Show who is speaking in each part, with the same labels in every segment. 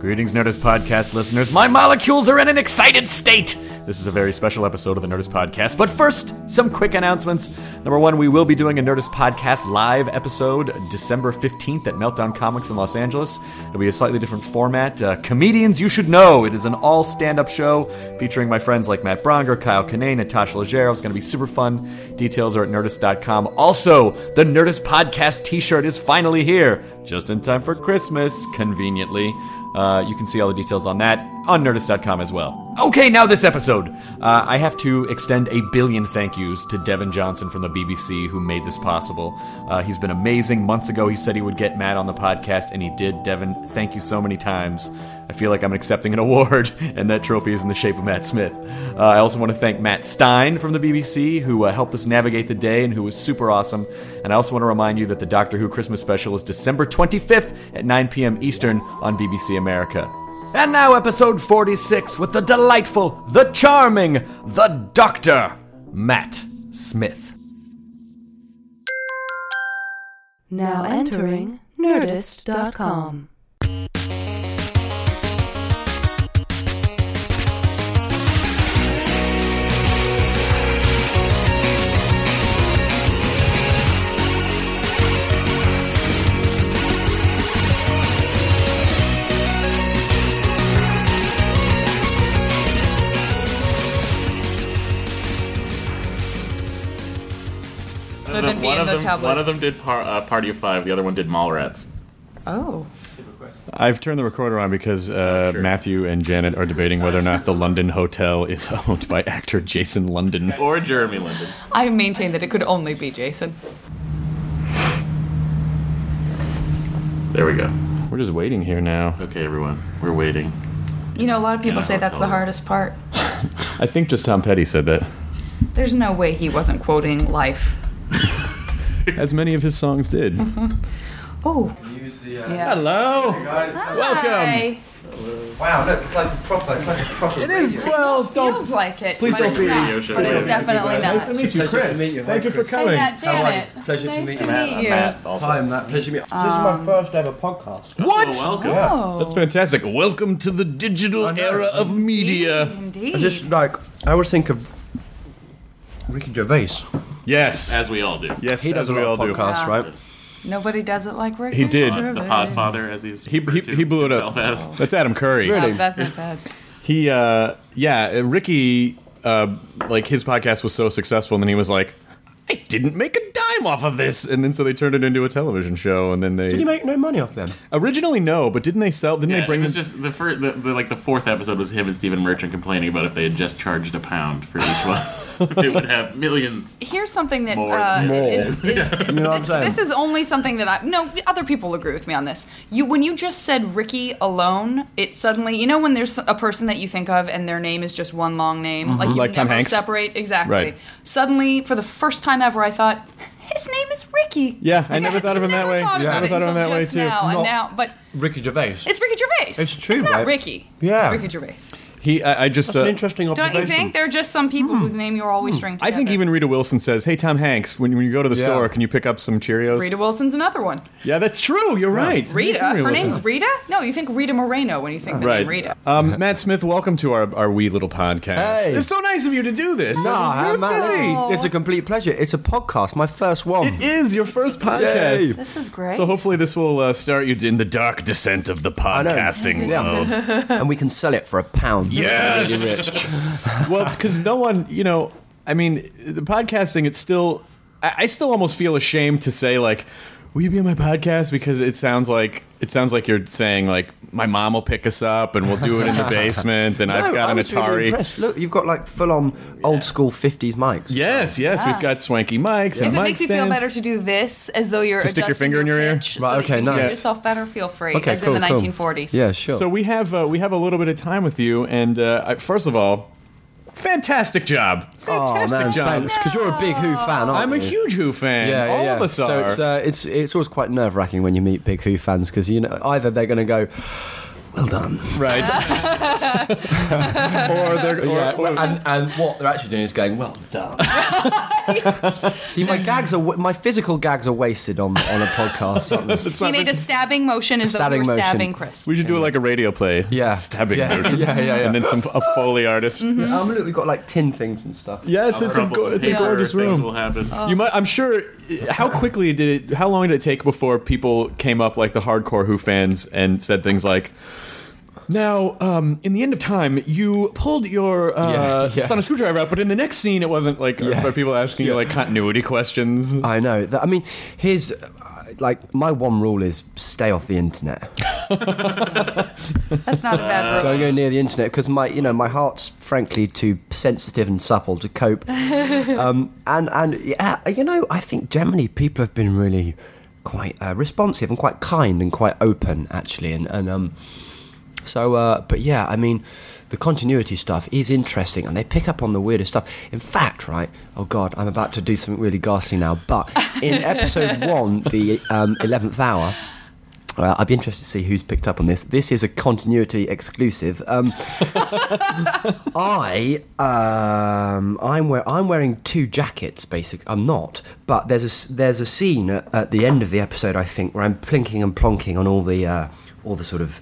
Speaker 1: Greetings, Nerdist Podcast listeners. My molecules are in an excited state. This is a very special episode of the Nerdist Podcast. But first, some quick announcements. Number one, we will be doing a Nerdist Podcast live episode December 15th at Meltdown Comics in Los Angeles. It'll be a slightly different format. Uh, Comedians You Should Know. It is an all stand up show featuring my friends like Matt Bronger, Kyle Kinane, Natasha Leggero. It's going to be super fun. Details are at nerdist.com. Also, the Nerdist Podcast t shirt is finally here, just in time for Christmas, conveniently. Uh, you can see all the details on that on Nerdist.com as well. Okay, now this episode. Uh, I have to extend a billion thank yous to Devin Johnson from the BBC who made this possible. Uh, he's been amazing. Months ago, he said he would get Matt on the podcast, and he did. Devin, thank you so many times. I feel like I'm accepting an award, and that trophy is in the shape of Matt Smith. Uh, I also want to thank Matt Stein from the BBC, who uh, helped us navigate the day and who was super awesome. And I also want to remind you that the Doctor Who Christmas special is December 25th at 9 p.m. Eastern on BBC America. And now, episode 46 with the delightful, the charming, the Doctor, Matt Smith.
Speaker 2: Now entering Nerdist.com.
Speaker 3: Other than
Speaker 4: one
Speaker 3: being
Speaker 4: of
Speaker 3: the
Speaker 4: them,
Speaker 3: tablet.
Speaker 4: one of them did par, uh, Party of Five. The other one did Mallrats.
Speaker 3: Oh.
Speaker 5: I've turned the recorder on because
Speaker 4: Oh,
Speaker 5: uh, Matthew and Janet are debating whether or not the London Hotel is owned by actor Jason London.
Speaker 4: Or Jeremy Linden.
Speaker 3: I maintain that it could only be Jason.
Speaker 4: There we go.
Speaker 5: We're just waiting here now.
Speaker 4: Okay, everyone, we're waiting.
Speaker 3: You know, a lot of people
Speaker 4: Yeah,
Speaker 3: say that's the
Speaker 4: totally.
Speaker 3: hardest part.
Speaker 5: I think just Tom Petty said that,
Speaker 3: There's no way he wasn't quoting life.
Speaker 5: as many of his songs did.
Speaker 3: Oh.
Speaker 6: uh,
Speaker 3: Yeah.
Speaker 5: Hello. Welcome.
Speaker 3: Hi.
Speaker 6: Wow, look, it's like a proper, it's like a proper.
Speaker 5: It is well.
Speaker 3: Feels like it.
Speaker 5: Please
Speaker 3: but
Speaker 5: don't
Speaker 3: it's
Speaker 5: be
Speaker 3: not,
Speaker 4: radio show.
Speaker 3: But it's
Speaker 4: Thank you,
Speaker 3: definitely
Speaker 5: Nice to
Speaker 3: not.
Speaker 5: meet you,
Speaker 6: Pleasure to
Speaker 5: Chris.
Speaker 6: meet you. Hi,
Speaker 5: Thank you for
Speaker 6: Chris.
Speaker 3: And
Speaker 5: coming.
Speaker 3: not
Speaker 6: How are you?
Speaker 3: Janet.
Speaker 6: Pleasure to
Speaker 3: nice
Speaker 6: meet
Speaker 3: to
Speaker 6: you.
Speaker 3: meet you. Um,
Speaker 4: Matt also.
Speaker 6: Hi, Matt. Pleasure to meet you. this is my first ever podcast.
Speaker 4: What? welcome.
Speaker 5: That's fantastic. Welcome to the digital era of
Speaker 1: uh,
Speaker 5: media.
Speaker 3: Indeed.
Speaker 6: I just like I always think of Ricky Gervais.
Speaker 5: Yes.
Speaker 4: As we all do.
Speaker 5: Yes,
Speaker 6: He does
Speaker 5: as
Speaker 6: a
Speaker 5: we all
Speaker 6: lot of
Speaker 5: do.
Speaker 6: podcasts,
Speaker 3: do.
Speaker 6: right?
Speaker 3: Nobody does it like Rick.
Speaker 5: He did.
Speaker 4: Uh, the Podfather, as he's
Speaker 5: He, he,
Speaker 4: referred to
Speaker 5: he blew it up.
Speaker 4: himself as.
Speaker 5: That's Adam Curry.
Speaker 3: Oh, that's not bad.
Speaker 5: He, uh, yeah, uh, Ricky, uh, like his podcast was so successful, and then he was like, I didn't make a dime off of this, and then so they turned it into a television show, and then they
Speaker 6: Did he make no money off them?
Speaker 5: originally no, but didn't they sell? Didn't
Speaker 4: Yeah,
Speaker 5: they bring
Speaker 4: it was
Speaker 5: them-
Speaker 4: just the first, the, the, like the fourth episode was him and Stephen Merchant complaining about if they had just charged a pound for each one, they would have millions.
Speaker 3: Here's something that
Speaker 4: More
Speaker 3: uh,
Speaker 4: than-
Speaker 3: is, is-
Speaker 6: You know what I'm
Speaker 3: this,
Speaker 6: saying?
Speaker 3: this is only something that I no other people agree with me on this. You when you just said Ricky alone, it suddenly you know when there's a person that you think of and their name is just one long name, like
Speaker 5: Mm-hmm.
Speaker 3: you
Speaker 5: Like Tom
Speaker 3: never
Speaker 5: Hanks?
Speaker 3: separate exactly.
Speaker 5: Right.
Speaker 3: Suddenly, for the first time ever, I thought his name is Ricky.
Speaker 5: Yeah, I never thought of him that
Speaker 3: never
Speaker 5: way.
Speaker 3: Thought
Speaker 5: Yeah.
Speaker 3: about
Speaker 5: Never
Speaker 3: it
Speaker 5: thought of him that
Speaker 3: until
Speaker 5: way,
Speaker 3: just
Speaker 5: too.
Speaker 3: Now, and
Speaker 6: Not-
Speaker 3: now, but
Speaker 6: Ricky Gervais.
Speaker 3: it's Ricky Gervais.
Speaker 6: It's true,
Speaker 3: It's not
Speaker 6: right?
Speaker 3: Ricky.
Speaker 6: Yeah.
Speaker 3: it's Ricky Gervais.
Speaker 1: He, I, I just,
Speaker 6: That's an
Speaker 1: uh,
Speaker 6: interesting
Speaker 3: Don't
Speaker 6: observation.
Speaker 3: you think there are just some people
Speaker 5: Hmm.
Speaker 3: whose name you're always stringing
Speaker 1: I
Speaker 3: together?
Speaker 1: think even Rita Wilson says, "Hey, Tom Hanks, when, when you go to the
Speaker 6: Yeah.
Speaker 1: store, can you pick up some Cheerios?"
Speaker 3: Rita Wilson's another one.
Speaker 1: Yeah, that's true. You're right.
Speaker 3: Rita.
Speaker 1: It is
Speaker 3: Her
Speaker 1: Wilson.
Speaker 3: name's Rita? No, you think Rita Moreno when you think the
Speaker 1: Right.
Speaker 3: name Rita.
Speaker 1: Um, Matt Smith, welcome to our, our wee little podcast.
Speaker 6: Hey.
Speaker 1: It's so nice of you to do this.
Speaker 6: Nah,
Speaker 1: You're
Speaker 6: man, that's-
Speaker 1: busy.
Speaker 6: it's a complete pleasure. It's a podcast, my first one.
Speaker 1: It is your first podcast.
Speaker 2: This is great.
Speaker 1: So hopefully this will uh, start you in the dark descent of the
Speaker 6: know.
Speaker 1: podcasting
Speaker 6: Yeah.
Speaker 1: world.
Speaker 6: and we can sell it for a pound.
Speaker 1: Yes. well, because no one, you know, I mean, the podcasting. It's still, I, I still almost feel ashamed to say like, "Will you be on my podcast?" Because it sounds like it sounds like you're saying like, "My mom will pick us up and we'll do it in the basement," and I've
Speaker 6: No,
Speaker 1: got
Speaker 6: I
Speaker 1: an
Speaker 6: was really
Speaker 1: Atari.
Speaker 6: impressed. Look, you've got like full on old school 50s mics.
Speaker 1: yes, yes, we've got swanky mics.
Speaker 3: If
Speaker 1: And
Speaker 3: it
Speaker 1: mic
Speaker 3: makes you feel
Speaker 1: stands.
Speaker 3: better to do this as though you're
Speaker 1: To stick your
Speaker 3: adjusting
Speaker 1: finger in your ear?
Speaker 3: pitch so
Speaker 6: Right,
Speaker 3: that you
Speaker 6: okay,
Speaker 3: can hear
Speaker 6: nice.
Speaker 3: yourself better, feel free.
Speaker 6: Okay,
Speaker 3: as
Speaker 6: cool,
Speaker 3: in the
Speaker 6: cool.
Speaker 3: 1940s.
Speaker 6: Yeah, sure.
Speaker 1: So we have uh, we have a little bit of time with you, and uh, I, first of all, fantastic job,
Speaker 6: oh,
Speaker 1: fantastic
Speaker 6: man,
Speaker 1: job.
Speaker 6: because you're a big Who fan, aren't
Speaker 1: I'm a
Speaker 6: you?
Speaker 1: huge Who fan.
Speaker 6: Yeah, yeah,
Speaker 1: all
Speaker 6: yeah.
Speaker 1: of us
Speaker 6: so
Speaker 1: are.
Speaker 6: it's uh, it's it's always quite nerve wracking when you meet big Who fans because you know either they're going to go, well done,
Speaker 1: right.
Speaker 6: or they're or, and, and what they're actually doing is going, well done. See, my gags are wa- my physical gags are wasted on on a podcast. Aren't they?
Speaker 3: He made a stabbing motion as
Speaker 6: Stabbing
Speaker 3: though he were
Speaker 6: motion.
Speaker 3: stabbing Chris.
Speaker 1: We should do like a radio play.
Speaker 6: Yeah.
Speaker 1: Stabbing
Speaker 6: Yeah,
Speaker 1: motion.
Speaker 6: yeah, yeah, yeah.
Speaker 1: And then some a foley artist.
Speaker 6: um, look, we've got like tin things and stuff.
Speaker 1: Yeah, it's, it's, a, go-
Speaker 4: Troublesome
Speaker 1: it's a
Speaker 4: paper
Speaker 1: gorgeous
Speaker 4: things
Speaker 1: room.
Speaker 4: Will happen.
Speaker 1: You might, I'm sure. How quickly did it? How long did it take before people came up like the hardcore Who fans and said things like, "Now, um, in the end of time, you pulled your uh,
Speaker 6: Yeah, yeah.
Speaker 1: it's not a screwdriver out, but in the next scene, it wasn't like."
Speaker 6: Yeah.
Speaker 1: Are people asking you
Speaker 6: Yeah.
Speaker 1: like continuity questions?
Speaker 6: I know. That, I mean, here's uh, like my one rule is stay off the internet.
Speaker 3: That's not a bad
Speaker 6: Don't
Speaker 3: rule.
Speaker 6: go near the internet because my, you know, my heart's frankly too sensitive and supple to cope. um, and and yeah, you know, I think generally people have been really quite uh, responsive and quite kind and quite open actually. And and um, so uh, but yeah, I mean, the continuity stuff is interesting, and they pick up on the weirdest stuff. In fact, right? Oh God, I'm about to do something really ghastly now. But in episode one, the um, eleventh hour. Uh, I'd be interested to see who's picked up on this. This is a continuity exclusive. Um, I um, I'm wear- I'm wearing two jackets. Basic. I'm not, but there's a s- there's a scene at, at the end of the episode I think where I'm plinking and plonking on all the uh, all the sort of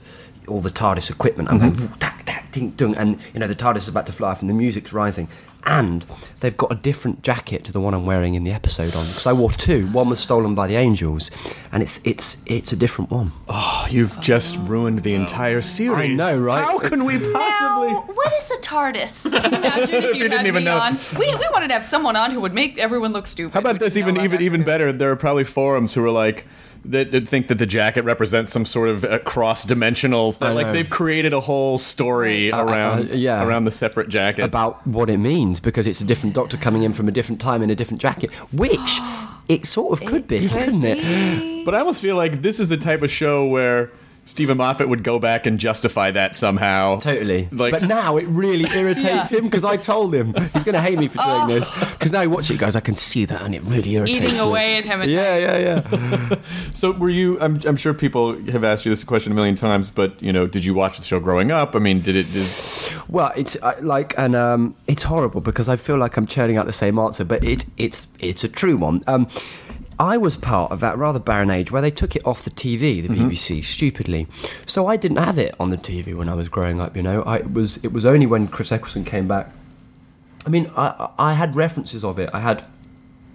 Speaker 6: all the TARDIS equipment. I'm going tack tack ding dong, and you know the TARDIS is about to fly off and the music's rising. And they've got a different jacket to the one I'm wearing in the episode on because I wore two. One was stolen by the angels, and it's it's it's a different one.
Speaker 1: Oh, you've just ruined the entire series.
Speaker 6: I know, right?
Speaker 1: How can we possibly?
Speaker 3: Now, what is a TARDIS? Can you Imagine if you,
Speaker 1: you didn't
Speaker 3: had
Speaker 1: even
Speaker 3: me
Speaker 1: know.
Speaker 3: on. We, we wanted to have someone on who would make everyone look stupid.
Speaker 1: How about this? Even even even better. There are probably forums who are like. That that think that the jacket represents some sort of uh, cross-dimensional thing.
Speaker 6: I
Speaker 1: Like
Speaker 6: know.
Speaker 1: they've created a whole story around,
Speaker 6: uh, yeah.
Speaker 1: around the separate jacket.
Speaker 6: about what it means because it's a different doctor coming in from a different time in a different jacket, which it sort of could be, couldn't it?
Speaker 1: but I almost feel like this is the type of show where Stephen Moffat would go back and justify that somehow.
Speaker 6: Totally.
Speaker 1: Like,
Speaker 6: but now it really irritates him because I told him he's going to hate me for doing this because now he watches it, goes, I can see that, and it really irritates
Speaker 3: Oh. Eating
Speaker 6: me.
Speaker 3: away at him. And
Speaker 6: Yeah, yeah, yeah.
Speaker 1: so were you? I'm, I'm sure people have asked you this question a million times, but you know, did you watch the show growing up? I mean, did it? Is,
Speaker 6: Well, it's uh, like, and um, it's horrible because I feel like I'm churning out the same answer, but it, it's it's a true one. Um, I was part of that rather barren age where they took it off the TV, the BBC, stupidly. So I didn't have it on the TV when I was growing up. You know, I it was it was only when Chris Eccleston came back. I mean, I I I had references of it. I had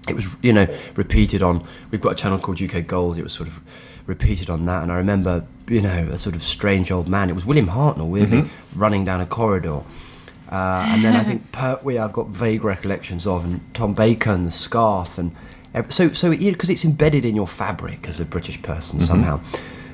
Speaker 6: it was you know repeated on we've got a channel called UK Gold it was sort of repeated on that and I remember you know a sort of strange old man it was William Hartnell weirdly running down a corridor uh, and then I think Pertwee I've got vague recollections of and Tom Baker and the scarf and ev- so so because it's embedded in your fabric as a British person somehow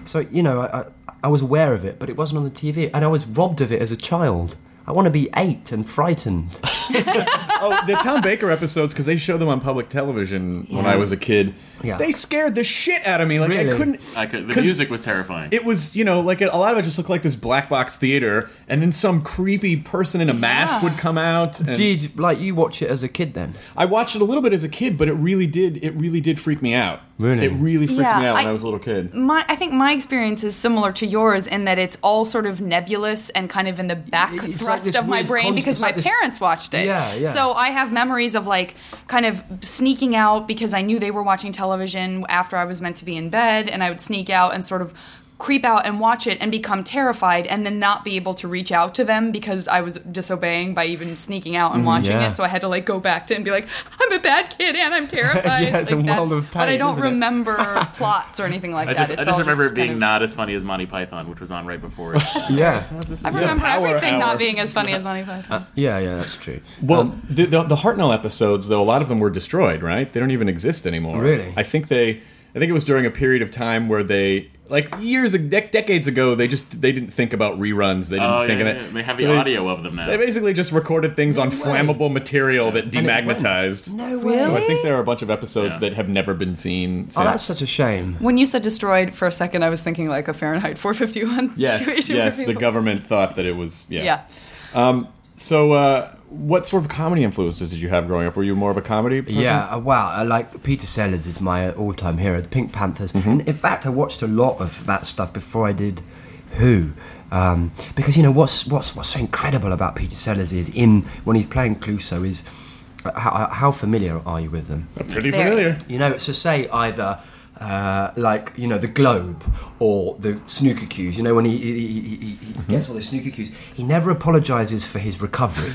Speaker 6: so you know I, I, I was aware of it but it wasn't on the TV and I was robbed of it as a child I want to be eight and frightened
Speaker 1: oh, the Tom Baker episodes because they showed them on public television when
Speaker 6: Yeah.
Speaker 1: I was a kid.
Speaker 6: Yeah.
Speaker 1: They scared the shit out of me. Like
Speaker 6: Really?
Speaker 1: I couldn't.
Speaker 4: I could, the
Speaker 1: 'cause
Speaker 4: music was terrifying.
Speaker 1: It was, you know, like a lot of it just looked like this black box theater, and then some creepy person in a mask would come out. And
Speaker 6: Did like you watch it as a kid then?
Speaker 1: I watched it a little bit as a kid, but it really did. It really did freak me out.
Speaker 6: Really?
Speaker 1: it really freaked
Speaker 3: Yeah,
Speaker 1: me out when
Speaker 3: I-
Speaker 1: I was a little kid.
Speaker 3: my I think my experience is similar to yours in that it's all sort of nebulous and kind of in the back
Speaker 6: It's like
Speaker 3: thrust
Speaker 6: this
Speaker 3: of my
Speaker 6: weird
Speaker 3: brain
Speaker 6: con-
Speaker 3: because
Speaker 6: it's
Speaker 3: my
Speaker 6: like this-
Speaker 3: parents watched it.
Speaker 6: Yeah, yeah.
Speaker 3: So I have memories of like kind of sneaking out because I knew they were watching television after I was meant to be in bed and I would sneak out and sort of creep out and watch it and become terrified and then not be able to reach out to them because I was disobeying by even sneaking out and watching
Speaker 6: Mm, yeah.
Speaker 3: it so I had to like go back to it and be like I'm a bad kid and I'm terrified
Speaker 6: Yeah, it's
Speaker 3: like,
Speaker 6: a
Speaker 3: that's-
Speaker 6: world of
Speaker 3: but I
Speaker 6: pain,
Speaker 3: don't
Speaker 6: isn't it?
Speaker 3: remember plots or anything like
Speaker 4: I
Speaker 3: that.
Speaker 4: just,
Speaker 3: It's
Speaker 4: I just
Speaker 3: all
Speaker 4: remember it being
Speaker 3: kind of-
Speaker 4: not as funny as Monty Python, which was on right before it.
Speaker 6: Yeah,
Speaker 3: I remember
Speaker 1: power
Speaker 3: everything
Speaker 1: hour.
Speaker 3: not being as funny as Monty
Speaker 4: Uh,
Speaker 3: Python.
Speaker 6: yeah, yeah. That's true.
Speaker 1: Well,
Speaker 6: Um,
Speaker 1: the, the the Hartnell episodes, though, a lot of them were destroyed. Right? They don't even exist anymore.
Speaker 6: Really?
Speaker 1: I think they. I think it was during a period of time where they, like years, dec- decades ago, they just they didn't think about reruns. They didn't
Speaker 4: oh, yeah,
Speaker 1: think
Speaker 4: yeah,
Speaker 1: of it.
Speaker 4: yeah. They have
Speaker 1: So
Speaker 4: the audio of them now.
Speaker 1: They basically just recorded things on
Speaker 6: way.
Speaker 1: flammable material that
Speaker 6: And it went.
Speaker 1: demagnetized.
Speaker 6: No way.
Speaker 1: So I think there are a bunch of episodes
Speaker 4: Yeah.
Speaker 1: that have never been seen. Since.
Speaker 6: Oh, that's such a shame.
Speaker 3: When you said destroyed for a second, I was thinking like a Fahrenheit 451
Speaker 1: yes,
Speaker 3: situation.
Speaker 1: yes.
Speaker 3: where
Speaker 1: The
Speaker 3: people-
Speaker 1: government thought that it was yeah.
Speaker 3: Yeah.
Speaker 1: So, uh, what sort of comedy influences did you have growing up? Were you more of a comedy? Person?
Speaker 6: Yeah, uh, wow. I like Peter Sellers is my all-time hero. The Pink Panthers. And in fact, I watched a lot of that stuff before I did Who, um, because you know what's what's what's so incredible about Peter Sellers is in when he's playing Clouseau is uh, how, how familiar are you with them?
Speaker 1: pretty
Speaker 3: Very.
Speaker 1: familiar.
Speaker 6: You know, so say either uh, like you know the Globe or the snooker cues. You know when he he, he, he, he gets all the snooker cues, he never apologizes for his recovery.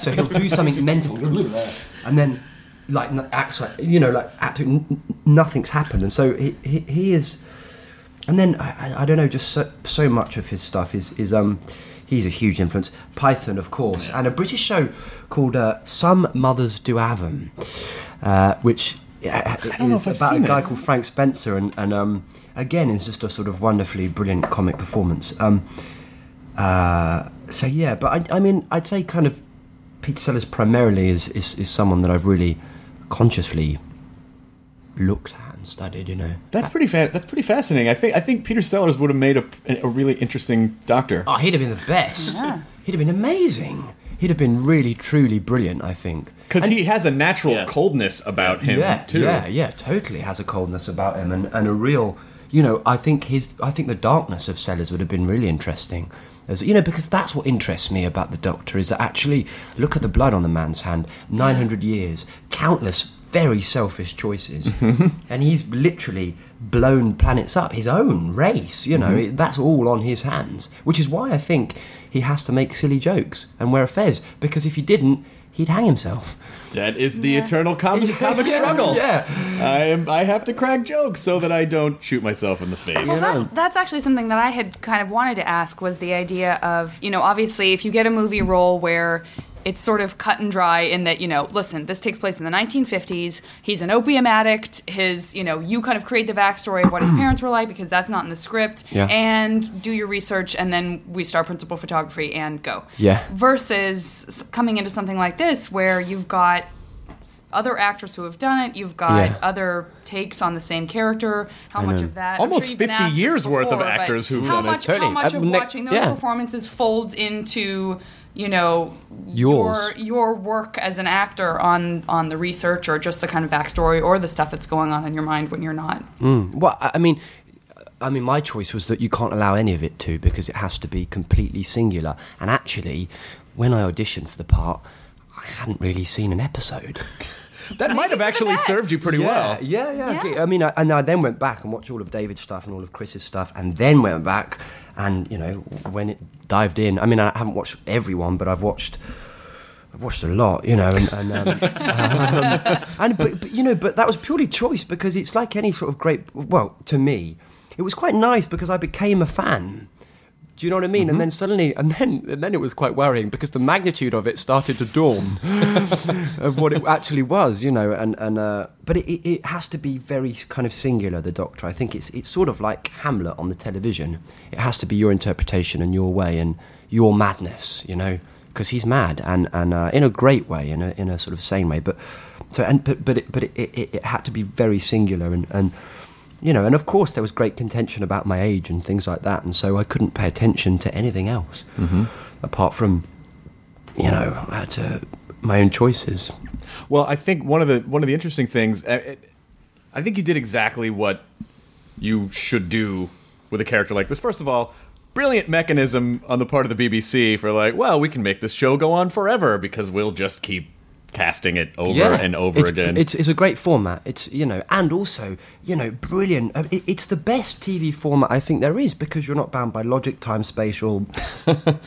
Speaker 6: So he'll do something mental, and then like n- acts like you know like absolutely n- n- nothing's happened, and so he he, he is. And then I, I- I don't know, just so, so much of his stuff is is um, he's a huge influence. Python, of course, and a British show called uh, Some Mothers Do Have 'Em, uh, which uh,
Speaker 1: don't know if
Speaker 6: is
Speaker 1: I've
Speaker 6: about a
Speaker 1: seen
Speaker 6: guy
Speaker 1: it.
Speaker 6: called Frank Spencer, and and um, again, it's just a sort of wonderfully brilliant comic performance. Um, uh, so yeah, but I, I mean, I'd say kind of Peter Sellers primarily is, is is someone that I've really consciously looked at and studied. You know.
Speaker 1: That's pretty. Fa- that's pretty fascinating. I think. I think Peter Sellers would have made a, a really interesting doctor.
Speaker 6: Oh, he'd have been the best. He'd have been amazing. He'd have been really, truly brilliant, I think.
Speaker 1: Because he has a natural
Speaker 4: Yeah.
Speaker 1: coldness about him
Speaker 6: yeah,
Speaker 1: too.
Speaker 6: yeah, yeah, totally has a coldness about him and, and a real, you know, I think his, I think the darkness of Sellers would have been really interesting. As, you know, because that's what interests me about the Doctor is that actually, look at the blood on the man's hand, 900 years, countless very selfish choices. and he's literally blown planets up, his own race, you know,
Speaker 1: Mm-hmm.
Speaker 6: that's all on his hands. Which is why I think he has to make silly jokes and wear a fez, because if he didn't, he'd hang himself.
Speaker 1: That is the eternal com- comic
Speaker 6: Yeah,
Speaker 1: struggle.
Speaker 6: yeah.
Speaker 1: I am. I have to crack jokes so that I don't shoot myself in the face.
Speaker 3: Well, that, that's actually something that I had kind of wanted to ask was the idea of, you know, obviously if you get a movie role where it's sort of cut and dry in that, you know, listen, this takes place in the 1950s. He's an opium addict. His, you know, you kind of create the backstory of what his parents were like because that's not in the script.
Speaker 6: Yeah.
Speaker 3: And do your research and then we start principal photography and go.
Speaker 6: Yeah.
Speaker 3: Versus s- coming into something like this where you've got s- other actors who have done it, you've got
Speaker 6: Yeah.
Speaker 3: other takes on the same character, how much
Speaker 6: know.
Speaker 3: of that
Speaker 1: Almost
Speaker 3: you've been
Speaker 1: 50
Speaker 3: asked this
Speaker 1: years worth of
Speaker 3: before, but
Speaker 1: actors who've
Speaker 3: how
Speaker 1: done it.
Speaker 3: much,
Speaker 6: Totally.
Speaker 3: How much
Speaker 6: I've
Speaker 3: of
Speaker 6: ne-
Speaker 3: watching those
Speaker 6: yeah.
Speaker 3: performances folds into, you know, your
Speaker 6: Yours.
Speaker 3: your work as an actor on on the research or just the kind of backstory or the stuff that's going on in your mind when you're not.
Speaker 6: Well, I I mean, I mean, my choice was that you can't allow any of it to because it has to be completely singular. And actually, when I auditioned for the part, I hadn't really seen an episode.
Speaker 1: that might have actually served you pretty well.
Speaker 6: Yeah, yeah.
Speaker 3: Yeah.
Speaker 6: okay. I mean, I, and I then went back and watched all of David's stuff and all of Chris's stuff, and then went back and you know when it dived in. I mean, I haven't watched everyone, but I've watched. I've watched a lot, you know, and and, um, um, and but, but you know, but that was purely choice because it's like any sort of great. Well, to me, it was quite nice because I became a fan. Do you know what I mean?
Speaker 1: Mm-hmm.
Speaker 6: And then suddenly, and then and then it was quite worrying because the magnitude of it started to dawn of what it actually was, you know, and and uh, but it, it, it has to be very kind of singular. The Doctor, I think it's it's sort of like Hamlet on the television. It has to be your interpretation and your way and your madness, you know, because he's mad and and uh, in a great way, in a in a sort of sane way. But so and but but it but it, it, it had to be very singular and and you know and of course there was great contention about my age and things like that, and so I couldn't pay attention to anything else apart from you know I had to, my own choices.
Speaker 1: Well, I think one of the one of the interesting things, uh, it, I think you did exactly what you should do with a character like this. First of all, brilliant mechanism on the part of the BBC for like, well, we can make this show go on forever because we'll just keep casting it over and over
Speaker 6: It's-
Speaker 1: again.
Speaker 6: It's, it's a great format. It's you know, and also you know, brilliant. Uh, it- it's the best TV format I think there is because you're not bound by logic, time, space, or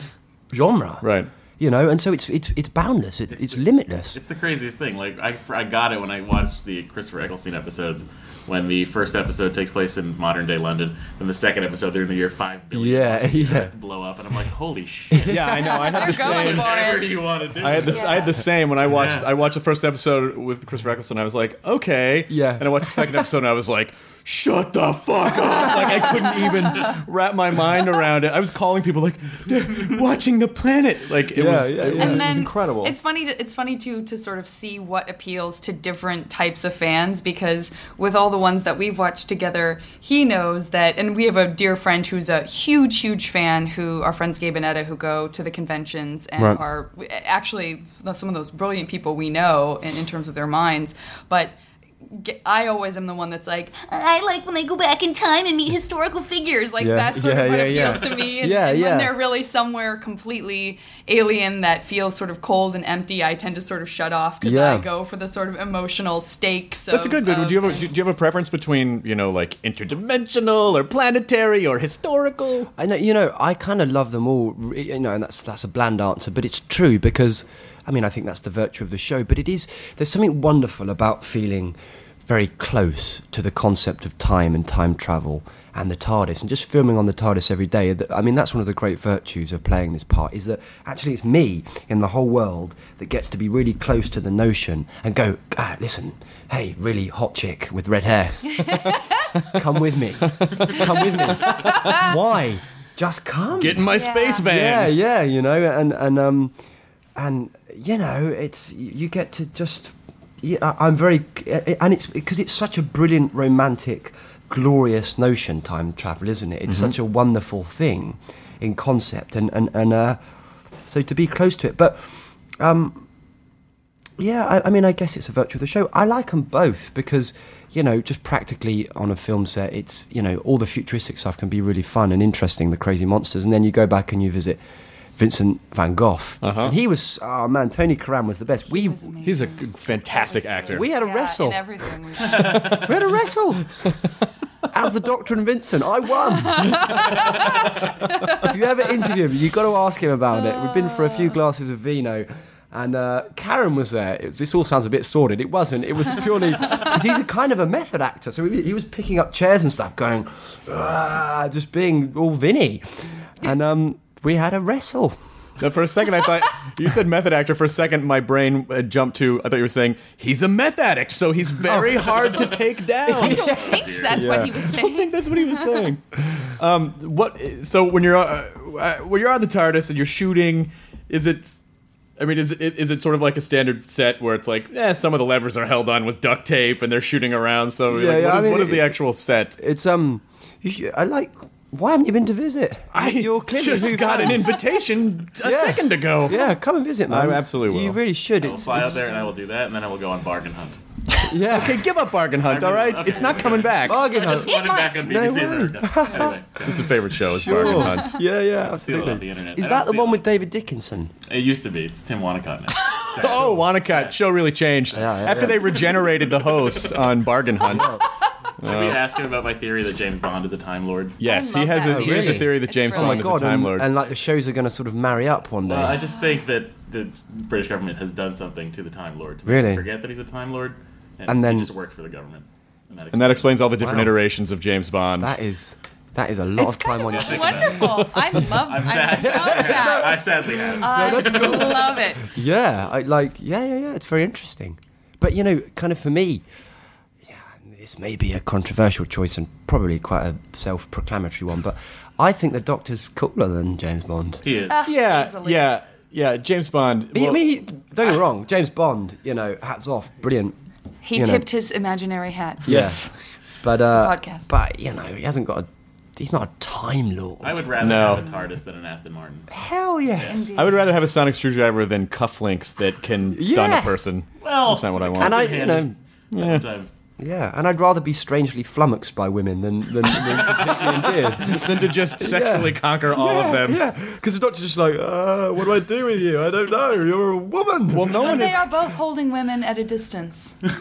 Speaker 6: genre.
Speaker 1: Right.
Speaker 6: You know, and so it's it's it's boundless. It, it's, limitless.
Speaker 4: It's the craziest thing. Like I, I got it when I watched the Christopher Eccleston episodes. When the first episode takes place in modern day London, and the second episode they're in the year five billion.
Speaker 6: Yeah, yeah.
Speaker 4: Blow up, and I'm like, holy shit!
Speaker 1: yeah, I know. I had the
Speaker 3: going
Speaker 1: same.
Speaker 3: for
Speaker 4: Whatever
Speaker 3: it.
Speaker 4: you want to do.
Speaker 1: I had the I had the same when I watched
Speaker 4: Yeah.
Speaker 1: I watched the first episode with Chris Eccleston. I was like, okay,
Speaker 6: Yeah.
Speaker 1: And I watched the second episode, and I was like, shut the fuck up! Like I couldn't even wrap my mind around it. I was calling people like, they're watching the planet. Like it
Speaker 6: Yeah,
Speaker 1: was,
Speaker 6: yeah,
Speaker 1: it
Speaker 6: yeah.
Speaker 1: was,
Speaker 3: and
Speaker 1: it
Speaker 3: then
Speaker 1: was incredible.
Speaker 3: It's funny. To, it's funny too to sort of see what appeals to different types of fans because with all the ones that we've watched together, he knows that, and we have a dear friend who's a huge, huge fan. Who our friends Gabe and Etta who go to the conventions and
Speaker 6: Right.
Speaker 3: are actually some of those brilliant people we know in, in terms of their minds, but. g- I always am the one that's like, I like when they go back in time and meet historical figures. Like
Speaker 6: Yeah.
Speaker 3: that's sort
Speaker 6: Yeah,
Speaker 3: of what
Speaker 6: yeah, yeah.
Speaker 3: appeals to me. And,
Speaker 6: Yeah,
Speaker 3: and when
Speaker 6: yeah.
Speaker 3: they're really somewhere completely alien that feels sort of cold and empty, I tend to sort of shut off because
Speaker 6: Yeah.
Speaker 3: I go for the sort of emotional stakes.
Speaker 1: That's a
Speaker 3: of,
Speaker 1: good. Good.
Speaker 3: of-
Speaker 1: Do you have a, do you have a preference between you know like interdimensional or planetary or historical?
Speaker 6: I know, you know, I kind of love them all, re- you know, and that's that's a bland answer, but it's true because, I mean, I think that's the virtue of the show. But it is there's something wonderful about feeling very close to the concept of time and time travel and the TARDIS, and just filming on the TARDIS every day. that- I mean, that's one of the great virtues of playing this part is that actually it's me in the whole world that gets to be really close to the notion and go, ah, listen, hey, really hot chick with red hair come with me. Come with me. Why? Just come.
Speaker 1: Get in my space van.
Speaker 6: yeah, yeah, you know, and and um, and you know, it's you get to just. Yeah, I- I'm very, and it's because it's such a brilliant, romantic, glorious notion. Time travel, isn't it? It's such a wonderful thing in concept, and and and uh, so to be close to it, but yeah, I, I mean, I guess it's a virtue of the show. I like them both because, you know, just practically on a film set, it's, you know, all the futuristic stuff can be really fun and interesting, the crazy monsters. And then you go back and you visit Vincent van Gogh. And he was, oh man, Tony Karam was the best. we,
Speaker 1: He's a g- fantastic actor.
Speaker 6: we had a
Speaker 3: Yeah,
Speaker 6: wrestle.
Speaker 3: In everything we
Speaker 6: we had a wrestle. As the Doctor and Vincent, I won. if you ever interview him, you've got to ask him about it. We've been for a few glasses of vino, and uh, Karen was there. It was, this all sounds a bit sordid. It wasn't. It was purely because he's a kind of a method actor. So he, he was picking up chairs and stuff, going, "Ah," just being all Vinny, and um, we had a wrestle.
Speaker 1: Now, for a second, I thought you said method actor. For a second, my brain uh, jumped to I thought you were saying he's a meth addict, so
Speaker 6: Oh.
Speaker 1: he's very hard to take down. I
Speaker 3: thinks that's what he was saying.
Speaker 1: think that's what he was saying. Um, what? So when you're uh, uh, when you're on the TARDIS and you're shooting, is it? I mean, is it is it sort of like a standard set where it's like, eh, some of the levers are held on with duct tape and they're shooting around. So like,
Speaker 6: Yeah, yeah,
Speaker 1: what,
Speaker 6: I
Speaker 1: is,
Speaker 6: mean,
Speaker 1: what is the
Speaker 6: it-
Speaker 1: actual set?
Speaker 6: It's um, you should, I like. Why haven't you been to visit?
Speaker 1: I
Speaker 6: You're clearly
Speaker 1: just
Speaker 6: who
Speaker 1: got an
Speaker 6: counts.
Speaker 1: invitation a
Speaker 6: Yeah.
Speaker 1: second ago.
Speaker 6: Yeah, come and visit, man.
Speaker 1: I absolutely
Speaker 6: You
Speaker 1: will.
Speaker 6: really should.
Speaker 4: I'll fly out there and I will do that, and then I will go on bargain hunt.
Speaker 6: Yeah.
Speaker 1: Okay, give up bargain hunt.
Speaker 4: I
Speaker 1: All
Speaker 4: mean,
Speaker 1: right,
Speaker 4: okay,
Speaker 1: it's not
Speaker 4: okay.
Speaker 1: coming back.
Speaker 6: Bargain
Speaker 4: I just
Speaker 6: hunt.
Speaker 4: want it back on BBC
Speaker 6: way.
Speaker 4: America. Anyway,
Speaker 1: It's a favorite show. Is
Speaker 6: Sure.
Speaker 1: Bargain Hunt.
Speaker 6: Yeah, yeah,
Speaker 4: steal it off the
Speaker 6: absolutely.
Speaker 4: internet.
Speaker 6: Is
Speaker 4: I
Speaker 6: that
Speaker 4: don't
Speaker 6: the
Speaker 4: steal
Speaker 6: one
Speaker 4: it.
Speaker 6: with David Dickinson?
Speaker 4: It used to be. It's Tim Wanacott now. Sad.
Speaker 1: Oh, Wanacott. Show really changed.
Speaker 6: Yeah, Oh, yeah,
Speaker 1: After
Speaker 6: yeah.
Speaker 1: they regenerated the host on Bargain Hunt.
Speaker 4: Should
Speaker 1: Uh,
Speaker 4: we ask him about my theory that James Bond is a time lord?
Speaker 1: Yes,
Speaker 3: I
Speaker 1: he
Speaker 3: love
Speaker 1: has,
Speaker 3: that
Speaker 1: a, he has a
Speaker 6: really?
Speaker 1: theory that
Speaker 3: It's
Speaker 1: James
Speaker 3: Oh my
Speaker 1: Bond is
Speaker 3: brilliant.
Speaker 1: a time
Speaker 6: and,
Speaker 1: lord.
Speaker 6: and like the shows are going to sort of marry up one day.
Speaker 4: Well, Uh, I just think that the British government has done something to the Time Lord. To make
Speaker 6: Really?
Speaker 4: him Forget that he's a Time Lord, and,
Speaker 6: And
Speaker 4: he
Speaker 6: then-
Speaker 4: just work for the government.
Speaker 1: and that explains all the different
Speaker 6: Wow.
Speaker 1: iterations of James Bond.
Speaker 6: that is that is a lot
Speaker 3: It's
Speaker 6: of time
Speaker 3: kind
Speaker 6: on your.
Speaker 3: of wonderful. I love.
Speaker 4: I'm
Speaker 3: I
Speaker 4: sad.
Speaker 3: love that.
Speaker 4: I sadly have.
Speaker 3: I love it.
Speaker 6: Yeah, I like. Yeah, yeah, yeah. It's very interesting. But you know, kind of for me, yeah, this may be a controversial choice and probably quite a self-proclamatory one, but I think the Doctor's cooler than James Bond.
Speaker 4: he is.
Speaker 1: yeah,
Speaker 3: Easily.
Speaker 1: Uh, yeah. yeah, James Bond.
Speaker 6: He- I
Speaker 1: well-
Speaker 6: mean, he, don't get me wrong, James Bond. You know, hats off, brilliant.
Speaker 3: He
Speaker 6: you know.
Speaker 3: tipped his imaginary hat.
Speaker 6: Yeah.
Speaker 1: Yes.
Speaker 6: but uh,
Speaker 3: podcast.
Speaker 6: but you know, he hasn't got a. He's not a time lord.
Speaker 4: I would rather
Speaker 1: No.
Speaker 4: have a TARDIS than an Aston Martin.
Speaker 6: Hell yes.
Speaker 1: I would rather have a sonic screwdriver than cufflinks that can stun
Speaker 6: Yeah.
Speaker 1: a person.
Speaker 4: Well,
Speaker 1: that's not what I want.
Speaker 6: And I,
Speaker 4: in
Speaker 6: you
Speaker 4: hand.
Speaker 6: know,
Speaker 4: Sometimes.
Speaker 6: yeah, and I'd rather be strangely flummoxed by women than than, than completely endeared.
Speaker 1: than to just sexually conquer all of them.
Speaker 6: Yeah, because the doctor's just like, uh, what do I do with you? I don't know. You're a woman.
Speaker 1: Well, no one
Speaker 3: They
Speaker 1: is
Speaker 3: are both holding women at a distance.
Speaker 6: it's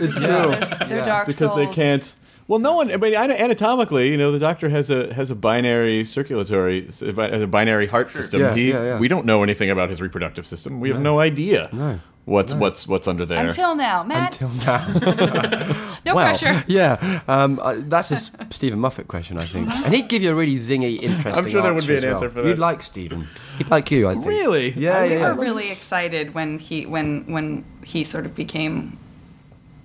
Speaker 6: true.
Speaker 3: They're dark
Speaker 1: because
Speaker 3: souls.
Speaker 1: they can't. Well, no one. I mean, ana- anatomically, you know, the doctor has a has a binary circulatory, s- a bi- a binary heart system.
Speaker 6: Yeah,
Speaker 1: he,
Speaker 6: yeah, yeah.
Speaker 1: We don't know anything about his reproductive system. We have no idea what's what's what's under there.
Speaker 3: Until now, Matt.
Speaker 6: Until now.
Speaker 3: no
Speaker 6: Well,
Speaker 3: pressure.
Speaker 6: Yeah, um, I, that's a S- Stephen Moffat question, I think, and he'd give you a really zingy, interesting.
Speaker 1: I'm sure there would be
Speaker 6: as
Speaker 1: an
Speaker 6: well.
Speaker 1: answer for that.
Speaker 6: You'd like Stephen. He'd like you, I think.
Speaker 1: Really?
Speaker 6: Yeah,
Speaker 3: we
Speaker 6: yeah.
Speaker 3: were really excited when he when when he sort of became.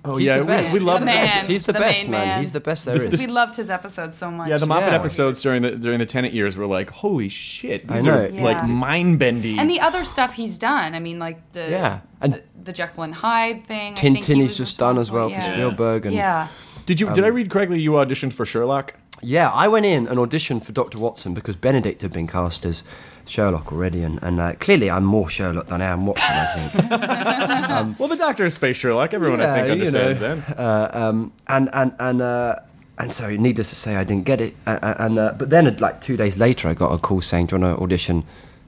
Speaker 6: Oh
Speaker 1: yeah,
Speaker 6: yeah,
Speaker 1: we- we love
Speaker 3: The
Speaker 6: the
Speaker 3: him. man,
Speaker 6: best. He's the,
Speaker 3: the
Speaker 6: best
Speaker 3: main
Speaker 6: man.
Speaker 3: man.
Speaker 6: He's the best there is.
Speaker 3: we loved his episode so much.
Speaker 1: yeah, the Moffat
Speaker 6: Yeah.
Speaker 1: episodes during the during the Tenant years were like, holy shit, these
Speaker 6: know.
Speaker 1: are like
Speaker 3: Yeah.
Speaker 1: mind bendy.
Speaker 3: and the other stuff he's done. I mean, like the
Speaker 6: Yeah, and-
Speaker 3: the, the Jekyll and Hyde thing. I think he
Speaker 6: Tintin
Speaker 3: was
Speaker 6: is just done as well for
Speaker 3: responsible-
Speaker 6: Spielberg, and
Speaker 3: Yeah.
Speaker 1: did
Speaker 6: Um,
Speaker 1: you did I read correctly? You auditioned for Sherlock.
Speaker 6: Yeah, I went in and auditioned for Doctor Watson because Benedict had been cast as Sherlock already, and, and uh, clearly I'm more Sherlock than I am Watson. I think.
Speaker 1: Well, the Doctor is Space Sherlock. Everyone I think
Speaker 6: Yeah, you
Speaker 1: understands
Speaker 6: know.
Speaker 1: that.
Speaker 6: Uh, um, and and and uh, and so, needless to say, I didn't get it. And, and uh, but then, like two days later, I got a call saying, "Do you want to audition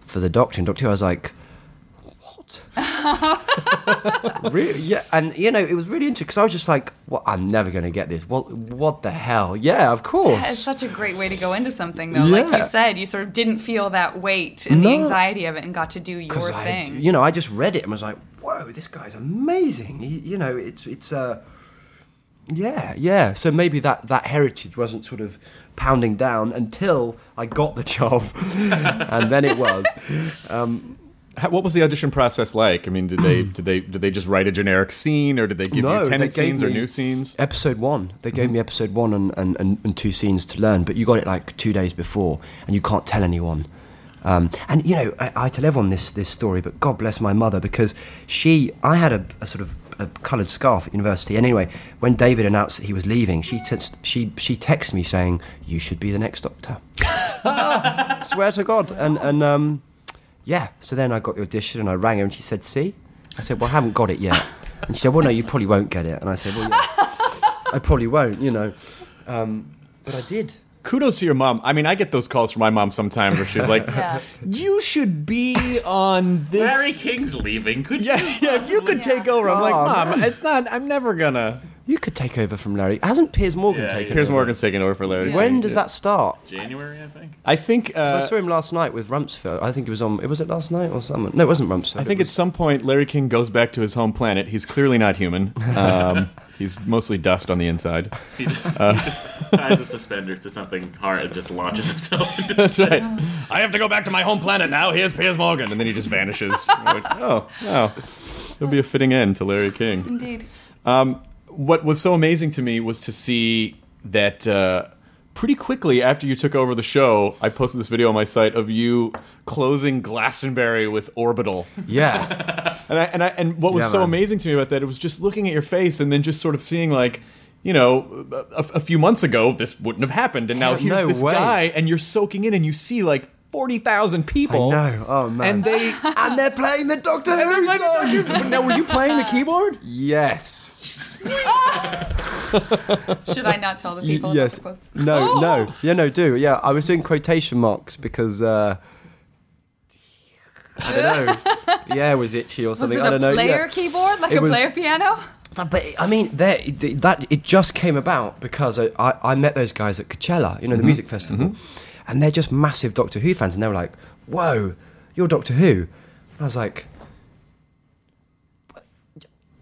Speaker 6: for the Doctor?" And Doctor, Who, I was like. "What?" really? Yeah, and you know it was really interesting because I was just like, "What? I'm never going to get this. What? What the hell? Yeah, of course."
Speaker 3: It's such a great way to go into something, though. Like
Speaker 6: Yeah.
Speaker 3: you said, you sort of didn't feel that weight and
Speaker 6: No.
Speaker 3: the anxiety of it, and got to do your
Speaker 6: I,
Speaker 3: thing.
Speaker 6: You know, I just read it and was like, "Whoa, this guy's amazing." He, you know, it's it's uh, yeah, yeah. So maybe that that heritage wasn't sort of pounding down until I got the job, and then it was.
Speaker 1: How, what was the audition process like? I mean, did they did they did they just write a generic scene, or did they give
Speaker 6: No,
Speaker 1: you
Speaker 6: they
Speaker 1: tenant
Speaker 6: gave
Speaker 1: scenes or
Speaker 6: me-
Speaker 1: new scenes? Mm-hmm.
Speaker 6: Episode one, they gave me episode one and, and, and, and two scenes to learn, but you got it like two days before, and you can't tell anyone. Um, and you know, I, I tell everyone this this story, but God bless my mother because she, I had a, a sort of a coloured scarf at university. And anyway, when David announced that he was leaving, she t- she she texted me saying, "You should be the next Doctor." Swear to God, and and um, yeah. So then I got the audition and I rang her and she said, "See," I said, "Well, I haven't got it yet." And she said, "Well, no, you probably won't get it." And I said, "Well, yeah." I probably won't, you know. Um, but I did.
Speaker 1: Kudos to your mom. I mean, I get those calls from my mom sometimes where she's like, "You should be on this."
Speaker 4: Barry King's leaving. Could
Speaker 1: yeah,
Speaker 4: you?
Speaker 1: yeah. If you could take over, I'm like,
Speaker 6: Oh,
Speaker 1: mom, it's not. I'm never gonna.
Speaker 6: You could take over from Larry. Hasn't Piers Morgan
Speaker 4: Yeah,
Speaker 6: taken
Speaker 4: yeah.
Speaker 1: Piers
Speaker 6: over?
Speaker 1: Morgan's taking over for Larry.
Speaker 6: When does that start?
Speaker 4: January, I think.
Speaker 1: I think.
Speaker 6: I
Speaker 1: Uh,
Speaker 6: saw him last night with Rumsfeld. I think it was on. It was it last night or something. No, it wasn't Rumsfeld.
Speaker 1: I think
Speaker 6: it
Speaker 1: at some point Larry King goes back to his home planet. He's clearly not human. Um, he's mostly dust on the inside.
Speaker 4: He just,
Speaker 1: Uh.
Speaker 4: he just ties his suspenders to something hard and just launches himself. into
Speaker 1: That's right. I have to go back to my home planet now. Here's Piers Morgan, and then he just vanishes. You're like, oh, wow. It'll be a fitting end to Larry King.
Speaker 3: Indeed.
Speaker 1: Um, what was so amazing to me was to see that uh, pretty quickly after you took over the show, I posted this video on my site of you closing Glastonbury with Orbital.
Speaker 6: Yeah,
Speaker 1: And I, and, I, and what was
Speaker 6: Yeah,
Speaker 1: so
Speaker 6: man.
Speaker 1: amazing to me about that it was just looking at your face and then just sort of seeing like you know a, a few months ago this wouldn't have happened and now
Speaker 6: Yeah,
Speaker 1: here's
Speaker 6: no
Speaker 1: this
Speaker 6: way.
Speaker 1: guy and you're soaking in and you see like forty thousand people.
Speaker 6: I know. Oh, man.
Speaker 1: And they
Speaker 6: and they're playing the Doctor Who song.
Speaker 1: now were you playing the keyboard?
Speaker 6: yes,
Speaker 3: Should I not tell the people about
Speaker 6: yes.
Speaker 3: the quotes?
Speaker 6: No, no. Yeah, no. Do yeah. I was doing quotation marks because. Uh, I don't know. Yeah, it was itchy or
Speaker 3: Was
Speaker 6: something.
Speaker 3: it
Speaker 6: I don't
Speaker 3: a
Speaker 6: know.
Speaker 3: player
Speaker 6: yeah.
Speaker 3: keyboard, like
Speaker 6: It
Speaker 3: a
Speaker 6: was-
Speaker 3: player piano?
Speaker 6: That- But I mean, there, th- that it just came about because I, I, I met those guys at Coachella, you know, the music festival, and they're just massive Doctor Who fans, and they were like, "Whoa, you're Doctor Who," and I was like,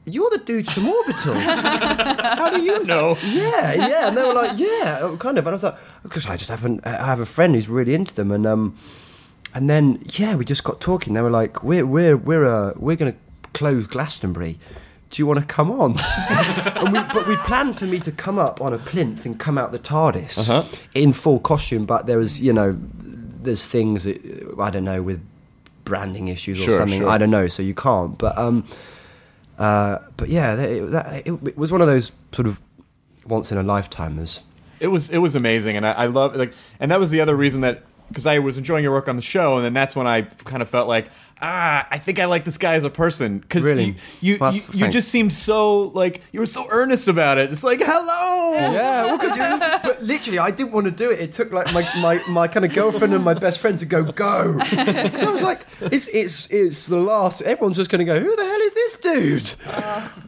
Speaker 6: "You're the dude from Orbital."
Speaker 1: How do you know?
Speaker 6: yeah, yeah. And they were like, yeah, oh, kind of. And I was like, because I just haven't. I have a friend who's really into them, and um, and then yeah, we just got talking. They were like, we're we're we're uh, we're gonna close Glastonbury. Do you want to come on? and we, but we planned for me to come up on a plinth and come out the TARDIS
Speaker 1: Uh-huh.
Speaker 6: in full costume, but there was you know, there's things that I don't know with branding issues
Speaker 1: Sure,
Speaker 6: or something.
Speaker 1: sure.
Speaker 6: I don't know, so you can't. But um, uh, but yeah, that, it, that, it, it was one of those sort of once in a lifetimers.
Speaker 1: it was it was amazing, and I, I love like, and that was the other reason that because I was enjoying your work on the show, and then that's when I kind of felt like ah, I think I like this guy as a person because
Speaker 6: Really?
Speaker 1: you you,
Speaker 6: Well,
Speaker 1: you,
Speaker 6: that's-
Speaker 1: you
Speaker 6: thanks.
Speaker 1: just seemed so like you were so earnest about it. It's like hello,
Speaker 6: Yeah, well, because but literally, I didn't want to do it. It took like my, my, my kind of girlfriend and my best friend to go go. 'Cause I was like, it's it's it's the last. Everyone's just going to go. Who the hell is this dude?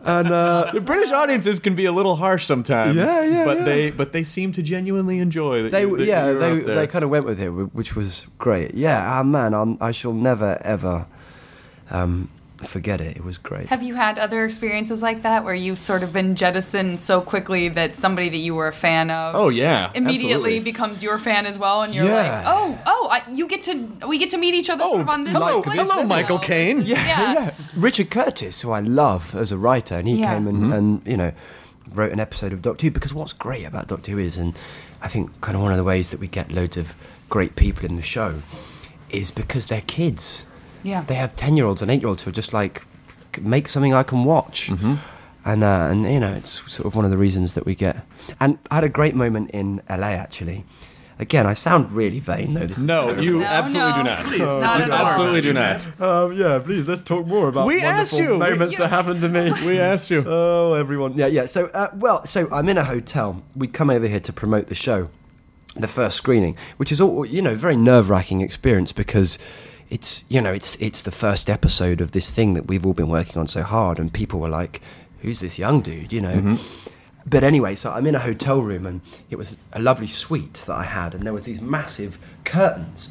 Speaker 6: and uh,
Speaker 1: The British audiences can be a little harsh sometimes.
Speaker 6: Yeah, yeah,
Speaker 1: But
Speaker 6: yeah.
Speaker 1: they but they seem to genuinely enjoy that.
Speaker 6: they
Speaker 1: you, that
Speaker 6: yeah
Speaker 1: you're
Speaker 6: they
Speaker 1: up there.
Speaker 6: they kind of went with it, wh- which was great. Yeah, ah man, I'm, I shall never ever um, forget it. It was great.
Speaker 3: Have you had other experiences like that where you've sort of been jettisoned so quickly that somebody that you were a fan of?
Speaker 1: Oh, yeah,
Speaker 3: immediately
Speaker 1: absolutely.
Speaker 3: becomes your fan as well, and you're
Speaker 6: Yeah.
Speaker 3: like, oh, oh, I, you get to we get to meet each other sort of on this.
Speaker 1: hello,
Speaker 3: place
Speaker 1: hello,
Speaker 3: now.
Speaker 1: Oh, Michael
Speaker 3: This
Speaker 1: Caine.
Speaker 3: is- yeah.
Speaker 6: Richard Curtis, who I love as a writer, and he
Speaker 3: Yeah.
Speaker 6: came and, and you know wrote an episode of Doctor Who because what's great about Doctor Who is, and I think kind of one of the ways that we get loads of great people in the show is because they're kids.
Speaker 3: Yeah.
Speaker 6: they have ten-year-olds and eight-year-olds who are just like "C- make something I can watch. And, uh, and you know it's sort of one of the reasons that we get. And I had a great moment in LA actually. Again, I sound really vain though. This is
Speaker 1: No, you
Speaker 3: No,
Speaker 1: absolutely
Speaker 3: no.
Speaker 1: do not.
Speaker 3: Please, not
Speaker 1: you
Speaker 3: at all.
Speaker 1: absolutely do not.
Speaker 7: Um, yeah, please let's talk more about
Speaker 1: We
Speaker 7: wonderful
Speaker 1: asked you.
Speaker 7: moments
Speaker 1: We-
Speaker 7: that happened to me.
Speaker 1: We asked you.
Speaker 7: oh, everyone.
Speaker 6: Yeah, yeah. So, uh, well, so I'm in a hotel. We come over here to promote the show, the first screening, which is all you know, very nerve-wracking experience because it's you know it's it's the first episode of this thing that we've all been working on so hard, and people were like, "Who's this young dude?" You know. But anyway, so I'm in a hotel room, and it was a lovely suite that I had, and there was these massive curtains.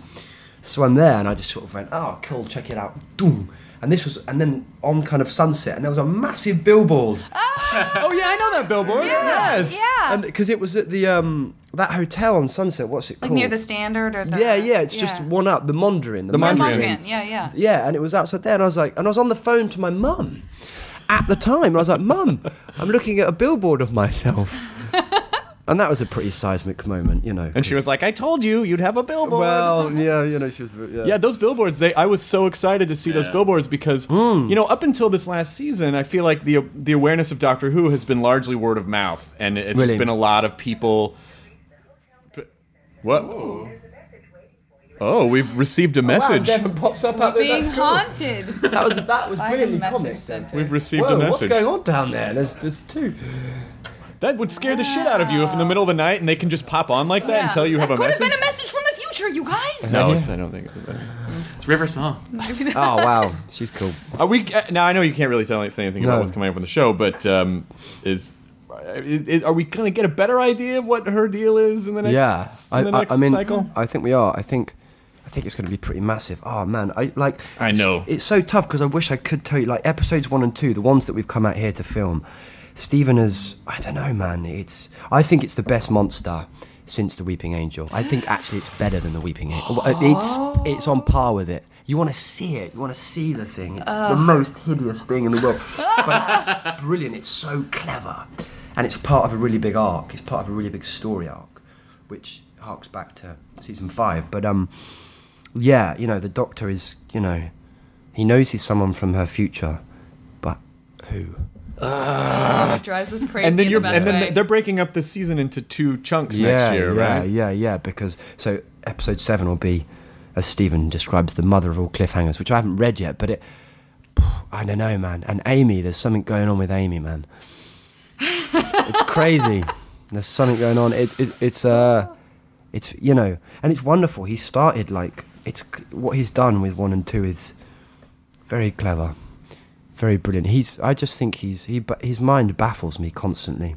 Speaker 6: So I'm there, and I just sort of went, "Oh, cool, check it out." Doom. And this was, and then on kind of sunset, and there was a massive billboard.
Speaker 1: Oh yeah, I know that billboard. yes.
Speaker 3: Yeah.
Speaker 6: And because it was at the um that hotel on Sunset, what's it
Speaker 3: like
Speaker 6: called?
Speaker 3: near the standard or the
Speaker 6: yeah, yeah, it's just one up, the Mondrian. The,
Speaker 3: Yeah,
Speaker 1: Mondrian.
Speaker 3: Mondrian. Yeah, yeah.
Speaker 6: Yeah, and it was outside there, and I was like, and I was on the phone to my mum at the time, and I was like, Mum, I'm looking at a billboard of myself, and that was a pretty seismic moment, you know.
Speaker 1: And she was like, "I told you, you'd have a billboard."
Speaker 6: Well, yeah, you know, she was. Yeah,
Speaker 1: Yeah, those billboards. They, I was so excited to see those billboards because you know, up until this last season, I feel like the the awareness of Doctor Who has been largely word of mouth, and it's just
Speaker 6: Really?
Speaker 1: been a lot of people. What? Oh, we've received a message.
Speaker 6: pops up out there.
Speaker 3: Being
Speaker 6: That's cool.
Speaker 3: haunted.
Speaker 6: That was that was
Speaker 3: By the
Speaker 6: brilliantly
Speaker 3: message
Speaker 6: comic.
Speaker 3: center.
Speaker 1: we've received
Speaker 6: Whoa,
Speaker 1: a
Speaker 6: what's
Speaker 1: message.
Speaker 6: going on down there? There's there's two.
Speaker 1: That would scare the shit out of you if in the middle of the night and they can just pop on like that and
Speaker 3: Yeah.
Speaker 1: tell you
Speaker 3: that
Speaker 1: have a
Speaker 3: could
Speaker 1: message.
Speaker 3: have been a message from the future, you guys.
Speaker 1: no, it's, I don't think. It's
Speaker 4: It's River Song.
Speaker 6: Oh wow, she's cool.
Speaker 1: Are we uh, now? I know you can't really tell, say anything about
Speaker 6: No.
Speaker 1: what's coming up on the show, but um, is, is are we going to get a better idea of what her deal is in the next?
Speaker 6: yeah,
Speaker 1: in the next
Speaker 6: mean,
Speaker 1: cycle.
Speaker 6: I think we are. I think, I think it's going to be pretty massive. Oh man, I like.
Speaker 1: I know.
Speaker 6: it's, it's so tough because I wish I could tell you. Like episodes one and two, the ones that we've come out here to film, Stephen has. I don't know, man. It's. I think it's the best monster since the Weeping Angel. I think actually it's better than the Weeping Angel. It's it's on par with it. You want to see it. You want to see the thing. It's
Speaker 1: Uh.
Speaker 6: the most hideous thing in the world. but it's brilliant. It's so clever, and it's part of a really big arc. It's part of a really big story arc which harks back to season five. But um, yeah, you know, the Doctor is, you know, he knows he's someone from her future, but who?
Speaker 3: It drives us crazy.
Speaker 1: and then
Speaker 3: in
Speaker 1: you're
Speaker 3: the best
Speaker 1: and then
Speaker 3: way.
Speaker 1: they're breaking up this season into two chunks
Speaker 6: yeah,
Speaker 1: next year,
Speaker 6: yeah,
Speaker 1: right?
Speaker 6: yeah, yeah. Because so episode seven will be, as Stephen describes, the mother of all cliffhangers, which I haven't read yet, but it. I don't know, man. And Amy, there's something going on with Amy, man. it's crazy. There's something going on. It, it, it's uh, it's you know, and it's wonderful. He started like it's what he's done with one and two is very clever, very brilliant. He's I just think he's he ba- his mind baffles me constantly.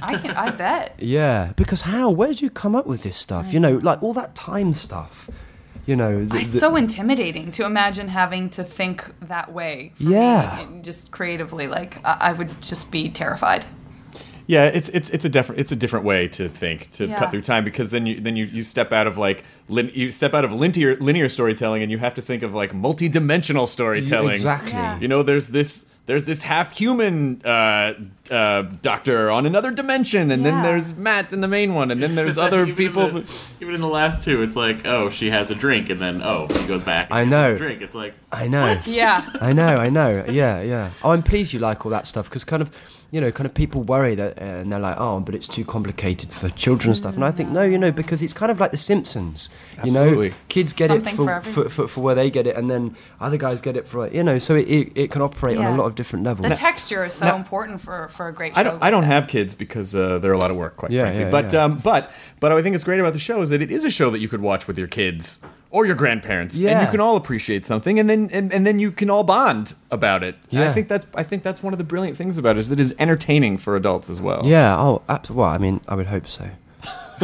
Speaker 3: I can. I bet.
Speaker 6: Yeah, because how? Where did you come up with this stuff? You know, like all that time stuff. You know, the,
Speaker 3: Mm. It's
Speaker 6: the-
Speaker 3: so intimidating to imagine having to think that way. For me,
Speaker 6: Yeah.
Speaker 3: and just creatively, like I, I would just be terrified.
Speaker 1: Yeah, it's it's it's a different it's a different way to think to
Speaker 3: Yeah.
Speaker 1: cut through time because then you then you, you step out of like lin, you step out of linear linear storytelling and you have to think of like multi-dimensional storytelling.
Speaker 6: exactly.
Speaker 3: Yeah.
Speaker 1: You know, there's this there's this half human uh, uh, doctor on another dimension, and then
Speaker 3: Yeah.
Speaker 1: there's Matt in the main one, and then there's
Speaker 4: But
Speaker 1: other
Speaker 4: even in
Speaker 1: people.
Speaker 4: the- even in the last two, it's like, oh, she has a drink, and then oh, she goes back. And
Speaker 6: I
Speaker 4: gets
Speaker 6: know.
Speaker 4: a drink. It's like
Speaker 6: I know.
Speaker 3: Yeah.
Speaker 6: I know, I know. Yeah, yeah. Oh, I'm pleased you like all that stuff because kind of, you know, kind of people worry that, uh, and they're like, oh, but it's too complicated for children and stuff. And I think no, you
Speaker 3: Mm.
Speaker 6: know, because it's kind of like The Simpsons. You
Speaker 1: Absolutely.
Speaker 6: know, kids get
Speaker 3: Something
Speaker 6: it
Speaker 3: for
Speaker 6: for
Speaker 3: everyone.
Speaker 6: for, for for where they get it, and then other guys get it for you know. So it it, it can operate on
Speaker 3: Yeah.
Speaker 6: a lot of different levels.
Speaker 3: The texture is so important for, for a great show.
Speaker 1: I don't. I
Speaker 3: like
Speaker 1: don't
Speaker 3: that.
Speaker 1: have kids because uh, they're a lot of work, quite
Speaker 6: Yeah,
Speaker 1: frankly.
Speaker 6: yeah,
Speaker 1: but
Speaker 6: yeah.
Speaker 1: Um, but but I think it's great about the show is that it is a show that you could watch with your kids or your grandparents, and
Speaker 6: Yeah.
Speaker 1: you can all appreciate something, and then and, and then you can all bond about it. I
Speaker 6: Yeah.
Speaker 1: think that's I think that's one of the brilliant things about it is that it is entertaining for adults as well.
Speaker 6: yeah. Oh, abs- well, I mean, I would hope so.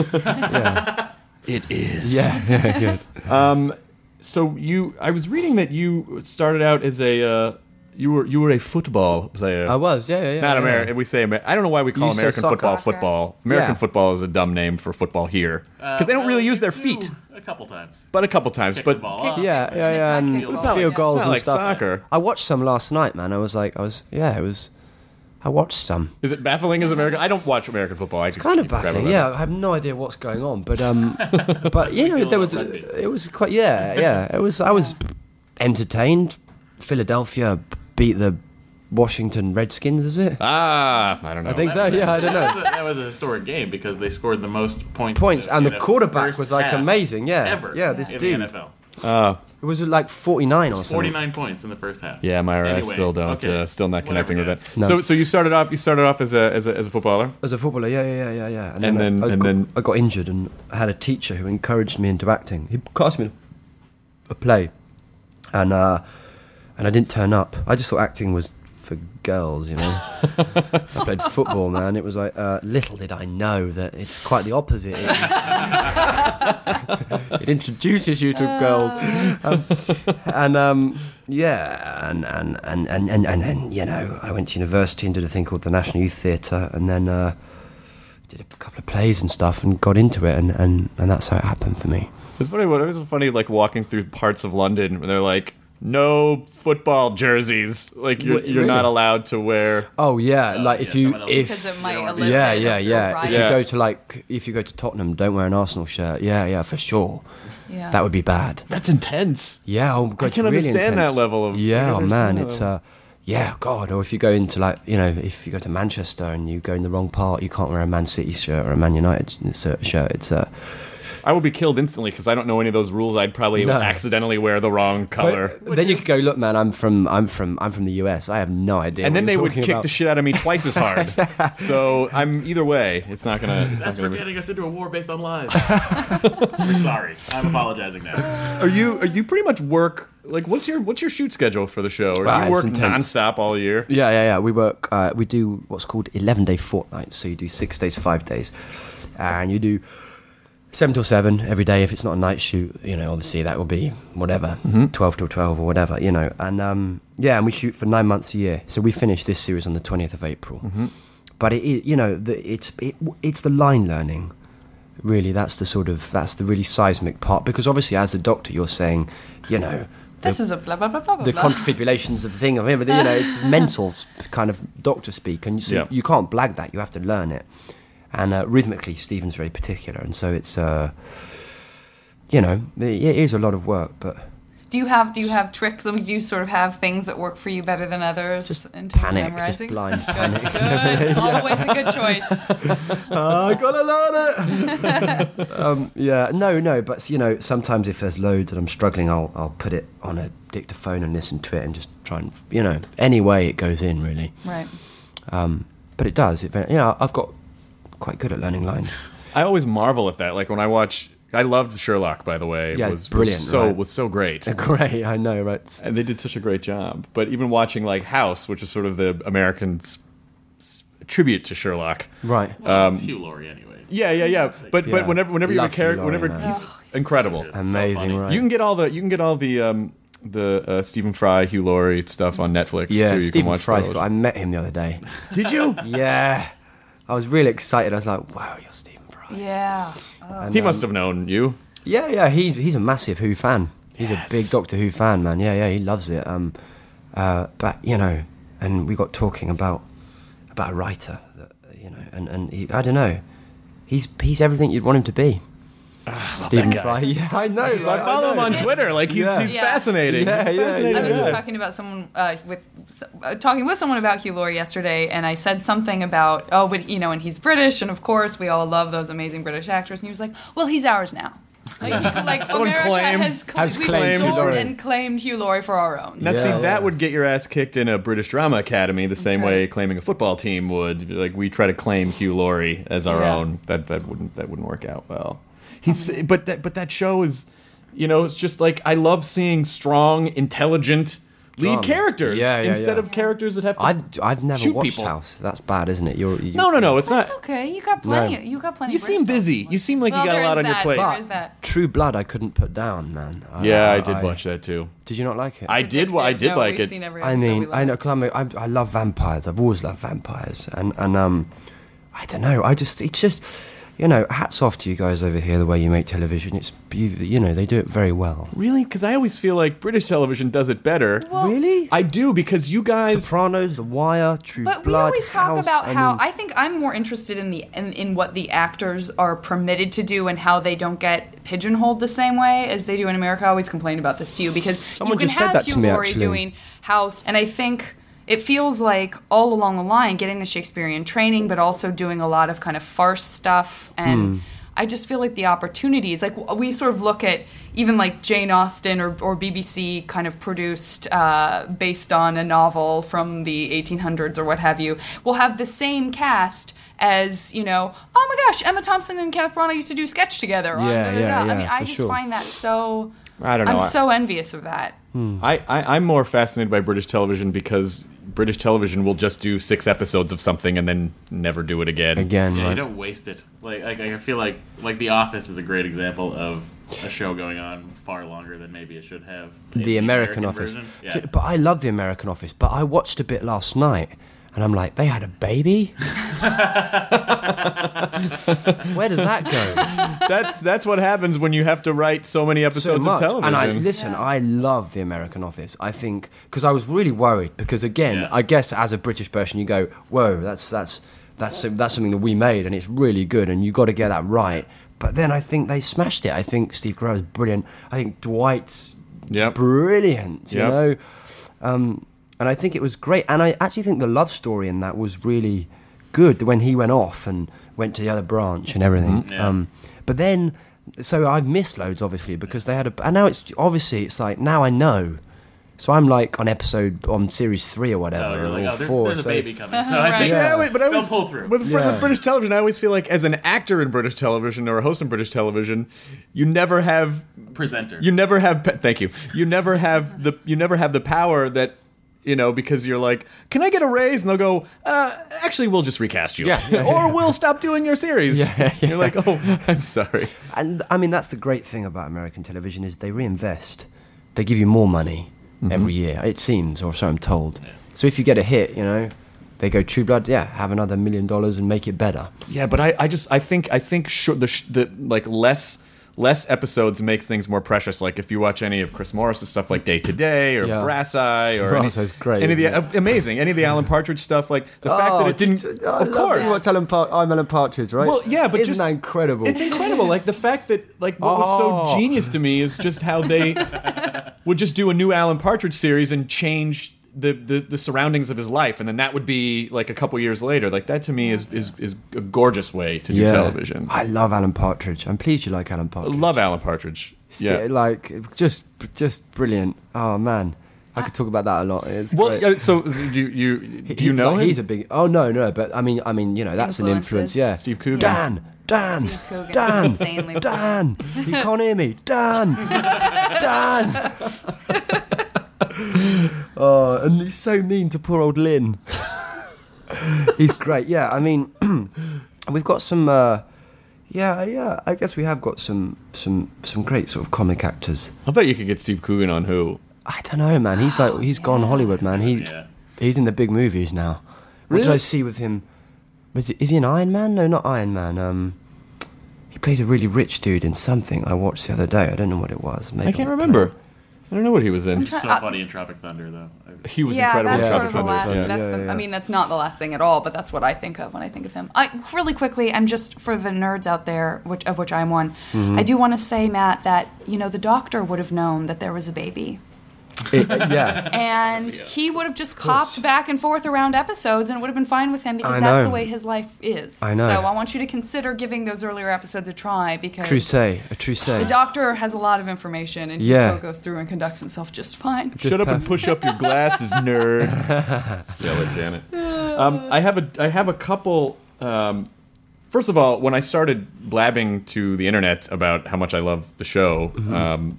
Speaker 6: yeah.
Speaker 1: it is.
Speaker 6: Yeah. Yeah. Good.
Speaker 1: So you, I was reading that you started out as a uh, you were you were a football player.
Speaker 6: I was. Yeah. Yeah. yeah
Speaker 1: Not
Speaker 6: yeah.
Speaker 1: American. We say Amer- I don't know why we call
Speaker 6: You say
Speaker 1: American
Speaker 6: soccer.
Speaker 1: football
Speaker 3: Soccer.
Speaker 1: football. American
Speaker 6: Yeah.
Speaker 1: football is a dumb name for football here
Speaker 3: Uh,
Speaker 1: because they don't really use their feet.
Speaker 4: a couple times.
Speaker 1: But a couple times.
Speaker 4: Kick
Speaker 1: But
Speaker 4: the ball up.
Speaker 6: Yeah, yeah, yeah.
Speaker 3: it's
Speaker 6: And
Speaker 3: not
Speaker 4: kickball. It's not
Speaker 6: field
Speaker 4: like-
Speaker 6: goals
Speaker 1: it's not
Speaker 6: and
Speaker 1: like
Speaker 6: stuff.
Speaker 1: soccer.
Speaker 6: I watched some last night, man. I was like, I was, yeah, it was. I watched some.
Speaker 1: is it baffling as American? I don't watch American football. I
Speaker 6: Kind of baffling, yeah. I have no idea what's going on, but um, but you know,
Speaker 4: feel
Speaker 6: there was
Speaker 4: about rugby?
Speaker 6: a, it was quite yeah, yeah. It was I was entertained. Philadelphia beat the Washington Redskins, is it?
Speaker 1: Ah, I don't know.
Speaker 6: I think so. Yeah, I don't
Speaker 4: That
Speaker 6: know.
Speaker 4: was, a, that was a historic game because they scored the most points.
Speaker 6: Points,
Speaker 4: in
Speaker 6: and
Speaker 4: in
Speaker 6: the
Speaker 4: a
Speaker 6: quarterback
Speaker 4: first
Speaker 6: was, like,
Speaker 4: half
Speaker 6: amazing, yeah.
Speaker 4: ever
Speaker 6: Yeah, this
Speaker 4: in
Speaker 6: dude.
Speaker 4: the NFL.
Speaker 6: It was like forty nine or something.
Speaker 4: 49 points in the first half.
Speaker 1: Yeah, Myra, I
Speaker 4: Anyway,
Speaker 1: still don't,
Speaker 4: okay.
Speaker 1: uh, still not
Speaker 4: Whatever
Speaker 1: connecting with
Speaker 4: it
Speaker 1: that.
Speaker 4: is.
Speaker 6: No.
Speaker 1: So, so you started off, you started off as a as a, as a footballer.
Speaker 6: As a footballer, yeah, yeah, yeah, yeah, yeah. And,
Speaker 1: And
Speaker 6: then,
Speaker 1: then-
Speaker 6: I, I
Speaker 1: and
Speaker 6: got,
Speaker 1: then-
Speaker 6: I got injured, and I had a teacher who encouraged me into acting. He cast me in a play, and uh, and I didn't turn up. I just thought acting was for girls, you know. I played football, man. It was like uh, little did I know that it's quite the opposite. It, it introduces you to girls, um, and um, yeah, and and, and and and and then you know, I went to university and did a thing called the National Youth Theatre, and then. Uh, did a couple of plays and stuff and got into it and, and, and that's how it happened for me.
Speaker 1: It's funny. What it was funny, like walking through parts of London where they're like, no football jerseys. Like you're,
Speaker 6: Wh-
Speaker 1: you're not
Speaker 6: really?
Speaker 1: allowed to wear.
Speaker 6: Oh yeah, like
Speaker 4: yeah,
Speaker 6: if you
Speaker 4: someone else-
Speaker 6: if
Speaker 3: because it might
Speaker 4: Yeah,
Speaker 3: elicit
Speaker 6: yeah yeah
Speaker 3: a
Speaker 6: yeah if you
Speaker 3: riot.
Speaker 1: Yeah.
Speaker 6: go to like if you go to Tottenham, don't wear an Arsenal shirt. Yeah yeah for sure,
Speaker 3: Yeah.
Speaker 6: that would be bad.
Speaker 1: That's intense.
Speaker 6: Yeah, oh
Speaker 1: I
Speaker 6: god,
Speaker 1: can
Speaker 6: it's really
Speaker 1: understand that
Speaker 6: intense.
Speaker 1: level of- I
Speaker 6: yeah,
Speaker 1: can
Speaker 6: oh, man,
Speaker 1: understand that
Speaker 6: it's
Speaker 1: level.
Speaker 6: uh, yeah, god. Or if you go into like you know if you go to Manchester and you go in the wrong part, you can't wear a Man City shirt or a Man United s- shirt. It's uh,
Speaker 1: I would be killed instantly because I don't know any of those rules. I'd probably
Speaker 6: No.
Speaker 1: accidentally wear the wrong color.
Speaker 6: But then you could go, look, man, I'm from I'm from I'm from the US. I have no idea.
Speaker 1: and
Speaker 6: what
Speaker 1: then
Speaker 6: you're
Speaker 1: they would
Speaker 6: talking
Speaker 1: kick
Speaker 6: about.
Speaker 1: the shit out of me twice as hard. So I'm either way. It's not gonna. It's
Speaker 4: That's
Speaker 1: not
Speaker 4: for
Speaker 1: gonna be.
Speaker 4: getting us into a war based on lies. We're sorry. I'm apologizing now.
Speaker 1: Are you? Are you pretty much work? Like, what's your what's your shoot schedule for the show? Or
Speaker 6: Wow,
Speaker 1: do you
Speaker 6: it's
Speaker 1: work
Speaker 6: intense.
Speaker 1: nonstop all year?
Speaker 6: Yeah, yeah, yeah. We work. Uh, we do what's called eleven day fortnight. So you do six days, five days, and you do seven till seven every day. If it's not a night shoot, you know, obviously that will be whatever,
Speaker 3: Mm-hmm.
Speaker 6: twelve till twelve or whatever, you know. And um, yeah, and we shoot for nine months a year. So we finish this series on the twentieth of April.
Speaker 3: Mm-hmm.
Speaker 6: But it, is- you know, the, it's it, it's the line learning. Really, that's the sort of that's the really seismic part because obviously, as a doctor, you're saying, you know,
Speaker 3: This is a blah blah blah blah
Speaker 6: the
Speaker 3: Oh, blah.
Speaker 6: confabulations of the thing of everything. You know, it's mental kind of doctor speak, and so
Speaker 1: Yeah.
Speaker 6: you can't blag that. You have to learn it. And uh, rhythmically, Stephen's very particular, and so it's uh, you know, it it is a lot of work, but
Speaker 3: do you have do you have tricks? I mean, do you sort of have things that work for you better than others?
Speaker 6: Just
Speaker 3: in terms of
Speaker 6: panic, just
Speaker 3: memorizing?
Speaker 6: blind
Speaker 3: Good,
Speaker 6: panic.
Speaker 3: good. Always a good choice.
Speaker 6: I gotta learn it. um, yeah, no, no, but you know, sometimes if there's loads and I'm struggling, I'll I'll put it on a dictaphone and listen to it, and just try and you know, any way it goes in, really.
Speaker 3: Right.
Speaker 6: Um, but it does. It, very- you know, I've got quite good at learning lines.
Speaker 1: I always marvel at that. Like when I watch, I loved Sherlock. By the way,
Speaker 6: Yeah,
Speaker 1: was,
Speaker 6: it's brilliant,
Speaker 1: Was so
Speaker 6: right?
Speaker 1: was so great.
Speaker 6: Great, I know, right?
Speaker 1: and they did such a great job. But even watching like House, which is sort of the American s- s- tribute to Sherlock.
Speaker 6: Right.
Speaker 4: Um, it's Hugh Laurie, anyway.
Speaker 1: Yeah, yeah, yeah. But
Speaker 6: Yeah.
Speaker 1: but whenever whenever you're a
Speaker 6: Love Oh, Hugh
Speaker 1: character,
Speaker 6: Laurie,
Speaker 1: whenever
Speaker 6: man.
Speaker 1: he's incredible.
Speaker 6: Amazing,
Speaker 4: funny.
Speaker 6: right?
Speaker 1: You can get all the you can get all the um, the uh, Stephen Fry, Hugh Laurie stuff on Netflix
Speaker 6: yeah,
Speaker 1: too. You
Speaker 6: Stephen
Speaker 1: can watch
Speaker 6: Fry's
Speaker 1: those.
Speaker 6: got. I met him the other day.
Speaker 1: Did you?
Speaker 6: yeah, I was really excited. I was like, "Wow, you're Stephen Fry."
Speaker 3: Yeah. Oh,
Speaker 1: He must have known you.
Speaker 6: Yeah, yeah. He he's a massive Who fan. He's
Speaker 1: Yes.
Speaker 6: a big Doctor Who fan, man. Yeah, yeah. He loves it. Um, uh, but you know, and we got talking about about a writer, that, you know, and and he, I don't know, he's he's everything you'd want him to be.
Speaker 1: Ah,
Speaker 6: Stephen
Speaker 1: guy.
Speaker 6: Fry, yeah, I know.
Speaker 1: Just, I
Speaker 6: right?
Speaker 1: follow him on Twitter. Like he's
Speaker 6: Yeah.
Speaker 1: he's
Speaker 3: Yeah.
Speaker 1: fascinating.
Speaker 6: Yeah,
Speaker 1: He's
Speaker 6: yeah,
Speaker 1: fascinating
Speaker 3: I was
Speaker 1: guy.
Speaker 3: just talking about someone uh, with uh, talking with someone about Hugh Laurie yesterday, and I said something about oh, but you know, and he's British, and of course we all love those amazing British actors. And he was like, well, he's ours now. Like, he, like
Speaker 1: Someone
Speaker 3: America
Speaker 1: claimed-
Speaker 3: has, cla-
Speaker 1: has
Speaker 3: we've
Speaker 1: claimed Hugh
Speaker 3: absorbed
Speaker 1: Laurie.
Speaker 3: and claimed Hugh Laurie for our own.
Speaker 1: Now, see,
Speaker 6: Yeah.
Speaker 1: that would get your ass kicked in a British drama academy, the same
Speaker 3: right.
Speaker 1: way claiming a football team would. Like we try to claim Hugh Laurie as our
Speaker 3: Yeah.
Speaker 1: own. That that wouldn't that wouldn't work out well. He's but that but that show is, you know, it's just like I love seeing strong, intelligent lead
Speaker 6: Drama.
Speaker 1: characters
Speaker 6: Yeah, yeah,
Speaker 1: instead
Speaker 6: yeah.
Speaker 1: of characters that have to.
Speaker 6: I've I've never
Speaker 1: Shoot
Speaker 6: watched
Speaker 1: people.
Speaker 6: House. That's bad, isn't it? You're you,
Speaker 1: no, no, no. It's
Speaker 3: That's
Speaker 1: not.
Speaker 3: okay. You got plenty. You got plenty.
Speaker 1: You
Speaker 3: of
Speaker 1: seem
Speaker 3: British
Speaker 1: busy.
Speaker 3: people.
Speaker 1: You seem like you
Speaker 3: Well,
Speaker 1: got a
Speaker 3: there
Speaker 1: lot
Speaker 3: is
Speaker 1: on your
Speaker 3: that.
Speaker 1: plate.
Speaker 3: There is that.
Speaker 6: True Blood. I couldn't put down, man.
Speaker 1: Yeah, I did watch that too.
Speaker 6: Did you not like it?
Speaker 1: I did. wa- I did
Speaker 3: No,
Speaker 1: like
Speaker 3: we've
Speaker 1: it.
Speaker 3: Seen every
Speaker 6: I
Speaker 3: episode, we
Speaker 6: mean,
Speaker 3: love
Speaker 6: I
Speaker 3: it.
Speaker 6: know, 'cause I'm a- I'm- i love vampires. I've always loved vampires, and and um, I don't know. I just it's just, you know, hats off to you guys over here. The way you make television, it's you, you know they do it very well.
Speaker 1: Really? Because I always feel like British television does it better.
Speaker 6: really?
Speaker 1: I do because you guys.
Speaker 6: Sopranos, The Wire, True
Speaker 3: But we
Speaker 6: Blood.
Speaker 3: always talk
Speaker 6: House,
Speaker 3: about
Speaker 6: I
Speaker 3: how
Speaker 6: mean-
Speaker 3: I think I'm more interested in the in, in what the actors are permitted to do and how they don't get pigeonholed the same way as they do in America. I always complain about this to you because
Speaker 6: Someone
Speaker 3: you can
Speaker 6: just said
Speaker 3: have
Speaker 6: that to
Speaker 3: Hugh
Speaker 6: me,
Speaker 3: Laurie
Speaker 6: actually.
Speaker 3: doing House, and I think it feels like all along the line getting the Shakespearean training, but also doing a lot of kind of farce stuff
Speaker 1: Hmm.
Speaker 3: and. I just feel like the opportunities, like w- we sort of look at even like Jane Austen or, or BBC kind of produced uh, based on a novel from the 1800s or what have you, will have the same cast as, you know, oh my gosh, Emma Thompson and Kenneth Branagh used to do sketch together. on
Speaker 1: Yeah,
Speaker 3: da, da,
Speaker 1: yeah,
Speaker 3: da. I
Speaker 1: yeah,
Speaker 3: mean, I
Speaker 1: for
Speaker 3: just
Speaker 1: sure.
Speaker 3: find that so.
Speaker 1: I don't know.
Speaker 3: I'm
Speaker 1: I-
Speaker 3: so envious of that.
Speaker 1: I, I I'm more fascinated by British television because British television will just do six episodes of something and then never do it again.
Speaker 6: again,
Speaker 4: Yeah, you
Speaker 6: like-
Speaker 4: don't waste it. Like, like I feel like like The Office is a great example of a show going on far longer than maybe it should have.
Speaker 6: the American, Office.
Speaker 4: version.
Speaker 6: Do
Speaker 4: Yeah.
Speaker 6: you- But I love the American Office. But I watched a bit last night, and I'm like, they had a baby. Where does that go?
Speaker 1: That's that's what happens when you have to write so many episodes of television.
Speaker 6: And I listen. I love the American Office. I think because I was really worried because again,
Speaker 4: Yeah.
Speaker 6: I guess as a British person, you go, "Whoa, that's that's that's that's something that we made, and it's really good, and you got to get that right." But then I think they smashed it. I think Steve Carell is brilliant. I think Dwight's
Speaker 1: Yep.
Speaker 6: brilliant. You
Speaker 1: Yep.
Speaker 6: know, um, and I think it was great. And I actually think the love story in that was really good when he went off and went to the other branch and everything.
Speaker 4: Mm-hmm. Yeah.
Speaker 6: Um, but then, so I've missed loads, obviously, because they had a. And now it's obviously it's like now I know. So I'm like on episode on series three or whatever,
Speaker 4: Oh, you're like,
Speaker 6: or
Speaker 4: oh, there's,
Speaker 6: four.
Speaker 4: there's
Speaker 6: so
Speaker 4: a baby coming. So I
Speaker 3: Right.
Speaker 4: think
Speaker 1: Yeah, wait, but I
Speaker 4: they'll
Speaker 1: was,
Speaker 4: pull through.
Speaker 1: With, with
Speaker 6: Yeah.
Speaker 1: British television, I always feel like as an actor in British television or a host in British television, you never have
Speaker 4: Presenter.
Speaker 1: you never have pe- thank you you never have the you never have the power that you know because you're like can i get a raise and they'll go uh, actually we'll just recast you
Speaker 6: Yeah, yeah,
Speaker 1: or we'll stop doing your series
Speaker 6: Yeah,
Speaker 1: And you're like oh i'm sorry
Speaker 6: And I mean, that's the great thing about American television is they reinvest. They give you more money every year, it seems, or so I'm told. So if you get a hit, you know, they go True Blood, yeah, have another million dollars and make it better.
Speaker 1: yeah but i, I just i think i think sure the, sh- the like less less episodes makes things more precious like if you watch any of chris morris's stuff like day to day or
Speaker 6: Yeah.
Speaker 1: brass eye or
Speaker 6: Brass
Speaker 1: any,
Speaker 6: Eye's great,
Speaker 1: any of the
Speaker 6: isn't
Speaker 1: uh, amazing any of the alan partridge stuff like the fact
Speaker 6: Oh,
Speaker 1: that it didn't of course
Speaker 6: uh, Alan I'm Alan Partridge, right?
Speaker 1: Well, yeah, but
Speaker 6: isn't
Speaker 1: just-
Speaker 6: that incredible?
Speaker 1: It's incredible. Like the fact that like what was so
Speaker 6: Oh.
Speaker 1: genius to me is just how they would just do a new Alan Partridge series and change the, the, the surroundings of his life, and then that would be like a couple years later. Like that to me is is, is a gorgeous way to do
Speaker 6: yeah.
Speaker 1: television. I
Speaker 6: I love Alan Partridge. I'm pleased you like Alan Partridge.
Speaker 1: love Alan Partridge.
Speaker 6: Sti-
Speaker 1: yeah.
Speaker 6: Like, just, just brilliant. Oh man, I could talk about that a lot. It's
Speaker 1: Well,
Speaker 6: great.
Speaker 1: yeah, so do you, you do you
Speaker 6: He-
Speaker 1: know
Speaker 6: like,
Speaker 1: him?
Speaker 6: He's a big. Oh no, no, but I mean, I mean, you know, that's an influence.
Speaker 3: Influences.
Speaker 6: Yeah,
Speaker 1: Steve Coogan.
Speaker 6: Dan, Dan,
Speaker 3: Steve Coogan.
Speaker 6: Dan,
Speaker 3: Insanely
Speaker 6: Dan. You can't hear me, Dan, Dan. oh, and he's so mean to poor old Lynn. he's great. Yeah, I mean, we've got some. Uh, yeah, yeah. I guess we have got some some some great sort of comic actors.
Speaker 1: I bet you could get Steve Coogan on who.
Speaker 6: I don't know, man. He's like he's gone Hollywood, man. He
Speaker 4: Yeah.
Speaker 6: he's in the big movies now. What did
Speaker 1: Really?
Speaker 6: I see with him? Was it, is he an Iron Man? No, not Iron Man. Um, he plays a really rich dude in something I watched the other day. I don't know what it was. Maybe
Speaker 1: I can't
Speaker 6: I'll play.
Speaker 1: remember. I don't know what he was in.
Speaker 4: It's so funny in Tropic Thunder, though. I-
Speaker 1: He was
Speaker 3: yeah,
Speaker 1: incredible.
Speaker 3: that's
Speaker 1: in
Speaker 3: sort
Speaker 1: Tropic
Speaker 3: of
Speaker 1: Thunder.
Speaker 3: the last.
Speaker 1: Yeah.
Speaker 3: that's
Speaker 7: yeah,
Speaker 3: the,
Speaker 7: yeah.
Speaker 3: I mean, that's not the last thing at all, but that's what I think of when I think of him. I really quickly, I'm just for the nerds out there, which of which I'm one.
Speaker 6: Mm-hmm.
Speaker 3: I do want to say, Matt, that you know the doctor would have known that there was a baby,
Speaker 6: It- Oh, yeah.
Speaker 3: and he would have just copped back and forth around episodes, and it would have been fine with him
Speaker 6: I
Speaker 3: because that's
Speaker 6: know.
Speaker 3: the way his life is.
Speaker 6: I know.
Speaker 3: So I want you to consider giving those earlier episodes a try because
Speaker 6: True say. A true say.
Speaker 3: The doctor has a lot of information, and
Speaker 6: Yeah.
Speaker 3: he still goes through and conducts himself just fine.
Speaker 1: Shut up and push up your glasses, nerd.
Speaker 4: Yeah, like Janet.
Speaker 1: um, I have a I have a couple. Um, first of all, when I started blabbing to the internet about how much I love the show,
Speaker 6: Mm-hmm.
Speaker 1: um,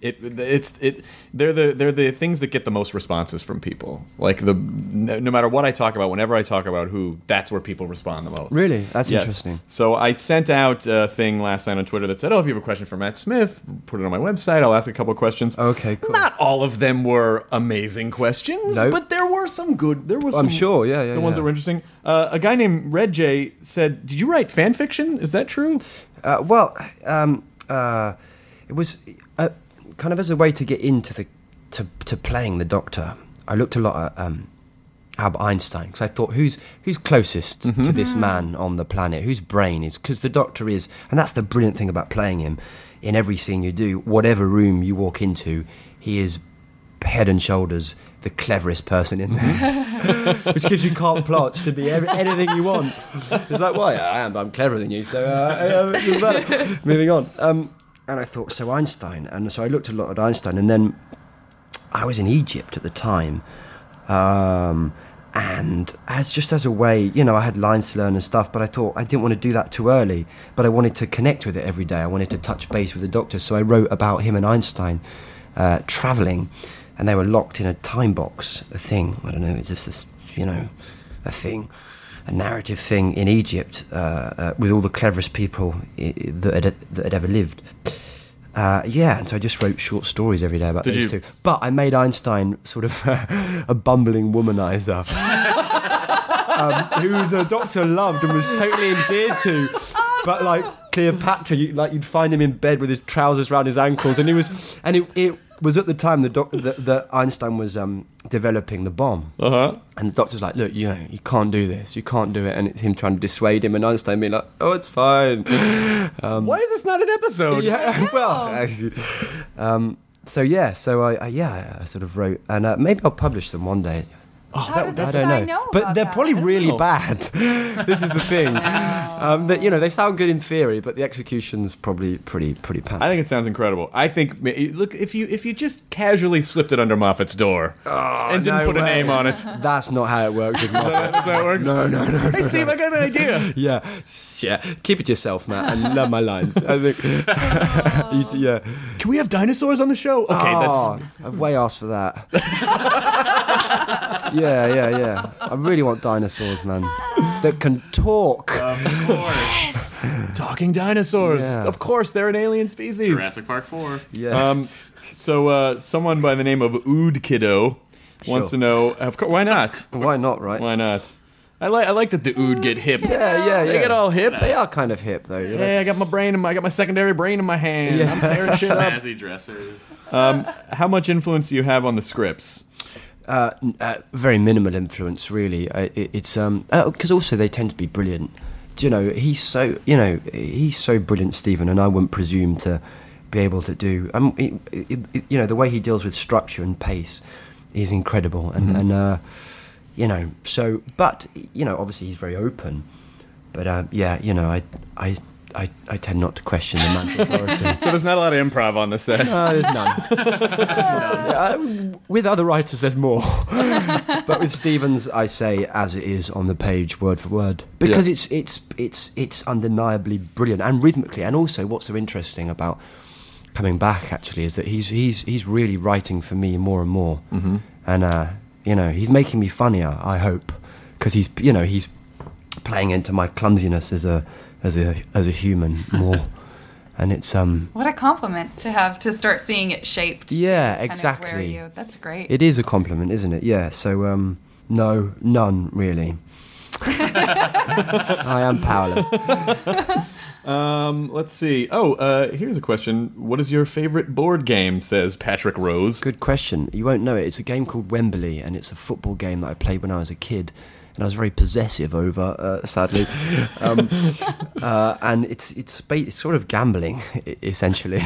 Speaker 1: it it's it they're the they're the things that get the most responses from people. Like the no, no matter what I talk about, whenever I talk about who, that's where people respond the most.
Speaker 6: Really? That's interesting.
Speaker 1: So I sent out a thing last night on Twitter that said, "Oh, if you have a question for Matt Smith, put it on my website. I'll ask a couple of questions."
Speaker 6: Okay, cool.
Speaker 1: Not all of them were amazing questions,
Speaker 6: Nope.
Speaker 1: but there were some good. There was.
Speaker 6: I'm
Speaker 1: some-
Speaker 6: sure, yeah, yeah,
Speaker 1: The ones
Speaker 6: yeah.
Speaker 1: that were interesting. Uh, a guy named Red J said, "Did you write fan fiction? Is that true?"
Speaker 6: Uh, well, um, uh, it was uh, kind of as a way to get into the to, to playing the Doctor. I looked a lot at um, Albert Einstein because I thought, who's who's closest to this man on the planet? Whose brain is? Because the Doctor is, and that's the brilliant thing about playing him. In every scene you do, whatever room you walk into, he is head and shoulders the cleverest person in there, which gives you carte blanche to be every, anything you want. It's like, well, yeah, I am, but I'm cleverer than you, so uh, I- I- it doesn't matter. Moving on. Um, and I thought, so Einstein, and so I looked a lot at Einstein, and then I was in Egypt at the time, um, and as just as a way, you know, I had lines to learn and stuff, but I thought I didn't want to do that too early. But I wanted to connect with it every day. I wanted to touch base with the doctor, so I wrote about him and Einstein uh, traveling, and they were locked in a time box, a thing. I don't know, it's just this, you know, a thing. A narrative thing in Egypt uh, uh, with all the cleverest people I- I- that, had, that had ever lived. Uh, yeah, and so I just wrote short stories every day about
Speaker 1: Did
Speaker 6: those
Speaker 1: you-
Speaker 6: two. But I made Einstein sort of a bumbling womanizer. um, who the doctor loved and was totally endeared to. But like Cleopatra, you, like you'd find him in bed with his trousers around his ankles, and he was, and it, it was at the time the doctor that that Einstein was um, developing the bomb.
Speaker 1: Uh huh.
Speaker 6: And the doctor's like, look, you know, you can't do this, you can't do it, and it's him trying to dissuade him, and Einstein being like, oh, it's fine.
Speaker 1: Why is this not an episode?
Speaker 6: Yeah, well, um, so yeah, so I, I yeah, I sort of wrote, and uh, maybe I'll publish them one day.
Speaker 3: How did this
Speaker 6: I don't
Speaker 3: guy
Speaker 6: know,
Speaker 3: know?
Speaker 6: but
Speaker 3: about
Speaker 6: they're
Speaker 3: that?
Speaker 6: probably really
Speaker 1: know.
Speaker 6: bad. this is the thing. um, that you know, they sound good in theory, but the execution's probably pretty pretty pants.
Speaker 1: I think it sounds incredible. I think ma- look if you if you just casually slipped it under Moffat's door and didn't
Speaker 6: Oh, no
Speaker 1: put a
Speaker 6: way.
Speaker 1: name on it.
Speaker 6: that's not how it works. With Moffat.
Speaker 1: That's how it works.
Speaker 6: no, no, no.
Speaker 1: Hey Steve, I got an idea.
Speaker 6: Yeah, yeah. Keep it yourself, Matt. I love my lines. I think. You- yeah.
Speaker 1: Can we have dinosaurs on the show? Okay,
Speaker 6: Oh, I've way asked for that. yeah, yeah, yeah. I really want dinosaurs, man, that can talk.
Speaker 4: Of course.
Speaker 1: that's talking dinosaurs.
Speaker 6: Yeah.
Speaker 1: Of course, they're an alien species.
Speaker 4: Jurassic Park 4.
Speaker 6: yeah.
Speaker 1: Um, so uh, someone by the name of Ood Kiddo wants
Speaker 6: Sure.
Speaker 1: to know. Of course, why not?
Speaker 6: Why not, right?
Speaker 1: Why not? I like I like that the Ood get hip.
Speaker 6: yeah, yeah, yeah.
Speaker 1: They get all hip.
Speaker 6: They are kind of hip, though. You know?
Speaker 1: Hey, I got my brain in my, I got my secondary brain in my hand. I'm tearing shit up.
Speaker 4: Nazi dressers.
Speaker 1: How much influence do you have on the scripts?
Speaker 6: uh, n- uh, very minimal influence, really. I, it, it's um because also they tend to be brilliant. Do you know he's so you know he's so brilliant, Stephen, and I wouldn't presume to be able to do. Um, it, it, it- you know the way he deals with structure and pace is incredible, and and uh, you know so. But you know obviously he's very open, but um, yeah, you know I I. I, I tend not to question the man's authority.
Speaker 1: So there's not a lot of improv on the set.
Speaker 6: No, there's none. Uh, with other writers, there's more. but with Stevens, I say as it is on the page, word for word, because
Speaker 1: Yeah.
Speaker 6: it's it's it's it's undeniably brilliant and rhythmically. And also, what's so interesting about coming back actually is that he's he's he's really writing for me more and more, mm-hmm. and uh, you know he's making me funnier. I hope because he's you know he's playing into my clumsiness as a as a as a human more, and it's um
Speaker 3: What a compliment to have to start seeing it shaped. to
Speaker 6: Yeah,
Speaker 3: kind of where
Speaker 6: exactly.
Speaker 3: you, that's great.
Speaker 6: It is a compliment, isn't it? Yeah. So, um, no, none really. I am powerless.
Speaker 1: Um, let's see. Oh, uh, here's a question. What is your favorite board game? Says Patrick Rose.
Speaker 6: Good question. You won't know it. It's a game called Wembley, and it's a football game that I played when I was a kid, and I was very possessive over, uh, sadly. um, uh, and it's it's, ba- it's sort of gambling, e- essentially.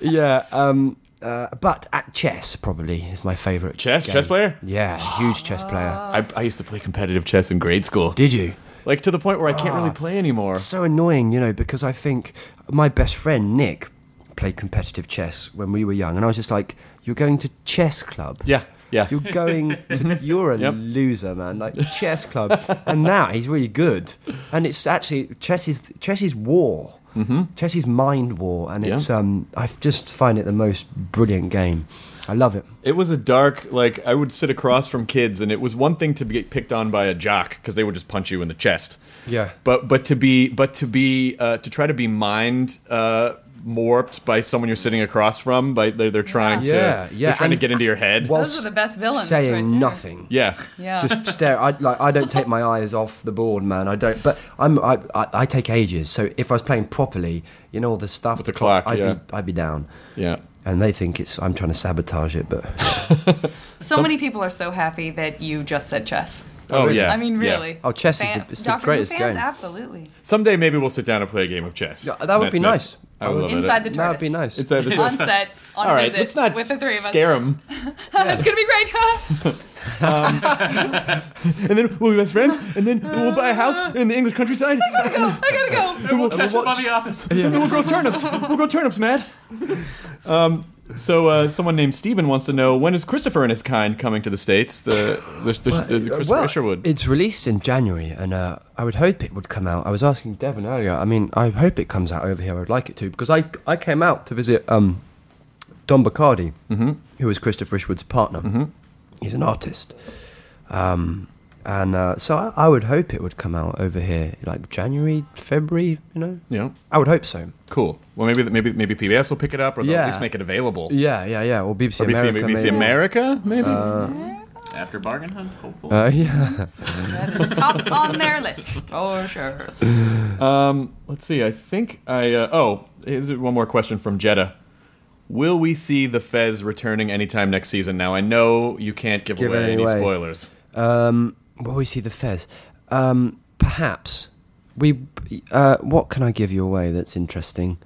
Speaker 6: yeah. Um, uh, but at chess, probably is my favorite.
Speaker 1: Chess? Chess player?
Speaker 6: Yeah, huge chess player.
Speaker 1: I, I used to play competitive chess in grade school,
Speaker 6: Did you?
Speaker 1: like to the point where I can't really play anymore.
Speaker 6: It's so annoying, you know, because I think my best friend Nick played competitive chess when we were young, and I was just like, "You're going to chess club?
Speaker 1: Yeah, yeah.
Speaker 6: You're going. To, you're a
Speaker 1: Yep.
Speaker 6: loser, man. Like chess club." and now he's really good, and it's actually chess is chess is war. Mm-hmm. Chess is mind war, and
Speaker 1: Yeah.
Speaker 6: it's um. I just find it the most brilliant game. I love it.
Speaker 1: It was a dark, like I would sit across from kids, and it was one thing to be- get picked on by a jock because they would just punch you in the chest.
Speaker 6: Yeah.
Speaker 1: But but to be but to be uh, to try to be mind uh, warped by someone you're sitting across from, by they're, they're trying to
Speaker 6: Yeah, yeah,
Speaker 1: they're trying to
Speaker 6: and-
Speaker 1: get into your head.
Speaker 6: Whilst
Speaker 3: are the best villains
Speaker 6: Saying
Speaker 3: right there.
Speaker 6: nothing.
Speaker 1: yeah.
Speaker 3: Yeah.
Speaker 6: just stare. I like. I don't take my eyes off the board, man. I don't. But I'm. I. I, I take ages. So if I was playing properly, you know all the stuff.
Speaker 1: With the clock,
Speaker 6: I'd
Speaker 1: yeah.
Speaker 6: be. I'd be down.
Speaker 1: Yeah.
Speaker 6: And they think it's. I'm trying to sabotage it, but
Speaker 3: So many people are so happy that you just said chess.
Speaker 1: Oh yeah.
Speaker 3: I mean,
Speaker 1: yeah.
Speaker 3: really.
Speaker 6: Oh, chess is the- it's the
Speaker 3: Doctor Who
Speaker 6: greatest
Speaker 3: fans,
Speaker 6: game.
Speaker 3: Absolutely.
Speaker 1: Someday maybe we'll sit down and play a game of chess.
Speaker 6: Yeah, that would be nice.
Speaker 1: I would love
Speaker 3: Inside
Speaker 1: it.
Speaker 3: the TARDIS.
Speaker 6: that would be nice.
Speaker 1: It's a, it's a-
Speaker 3: On set, on
Speaker 1: all
Speaker 3: a
Speaker 1: right,
Speaker 3: visit,
Speaker 1: let's not
Speaker 3: with the three of us.
Speaker 1: scare them.
Speaker 3: it's gonna be great.
Speaker 1: And then we'll be best friends, and then we'll buy a house in the English countryside,
Speaker 3: I gotta go. I gotta go.
Speaker 4: We'll catch up on the office.
Speaker 1: and then we'll grow turnips. We'll grow turnips, Matt. Um, so uh, someone named Steven wants to know when is Christopher and his kind coming to the states? The the, the, the, the Christopher
Speaker 6: Uh, well,
Speaker 1: Isherwood.
Speaker 6: it's released in January, and uh, I would hope it would come out. I was asking Devon earlier. I mean, I hope it comes out over here. I would like it to because I I came out to visit um, Don Bacardi, who is Christopher Ishwood's partner. He's an artist, um, and uh, so I, I would hope it would come out over here, like January, February. You know,
Speaker 1: yeah,
Speaker 6: I would hope so.
Speaker 1: cool. Well, maybe maybe maybe PBS will pick it up, or they'll
Speaker 6: Yeah.
Speaker 1: at least make it available.
Speaker 6: Yeah, yeah, yeah. Or BBC
Speaker 1: Or BBC America,
Speaker 6: America.
Speaker 1: BBC
Speaker 6: maybe.
Speaker 1: America, maybe.
Speaker 4: After bargain hunt, hopeful.
Speaker 6: Uh, yeah.
Speaker 3: Top on their list for sure.
Speaker 1: Um, let's see. I think I. Uh, oh, here's one more question from Jetta. Will we see the Fez returning anytime next season? Now I know you can't give,
Speaker 6: Give
Speaker 1: away
Speaker 6: it
Speaker 1: any
Speaker 6: away.
Speaker 1: spoilers.
Speaker 6: Um, well, we see the Fez. Um, perhaps we. Uh, what can I give you away that's interesting?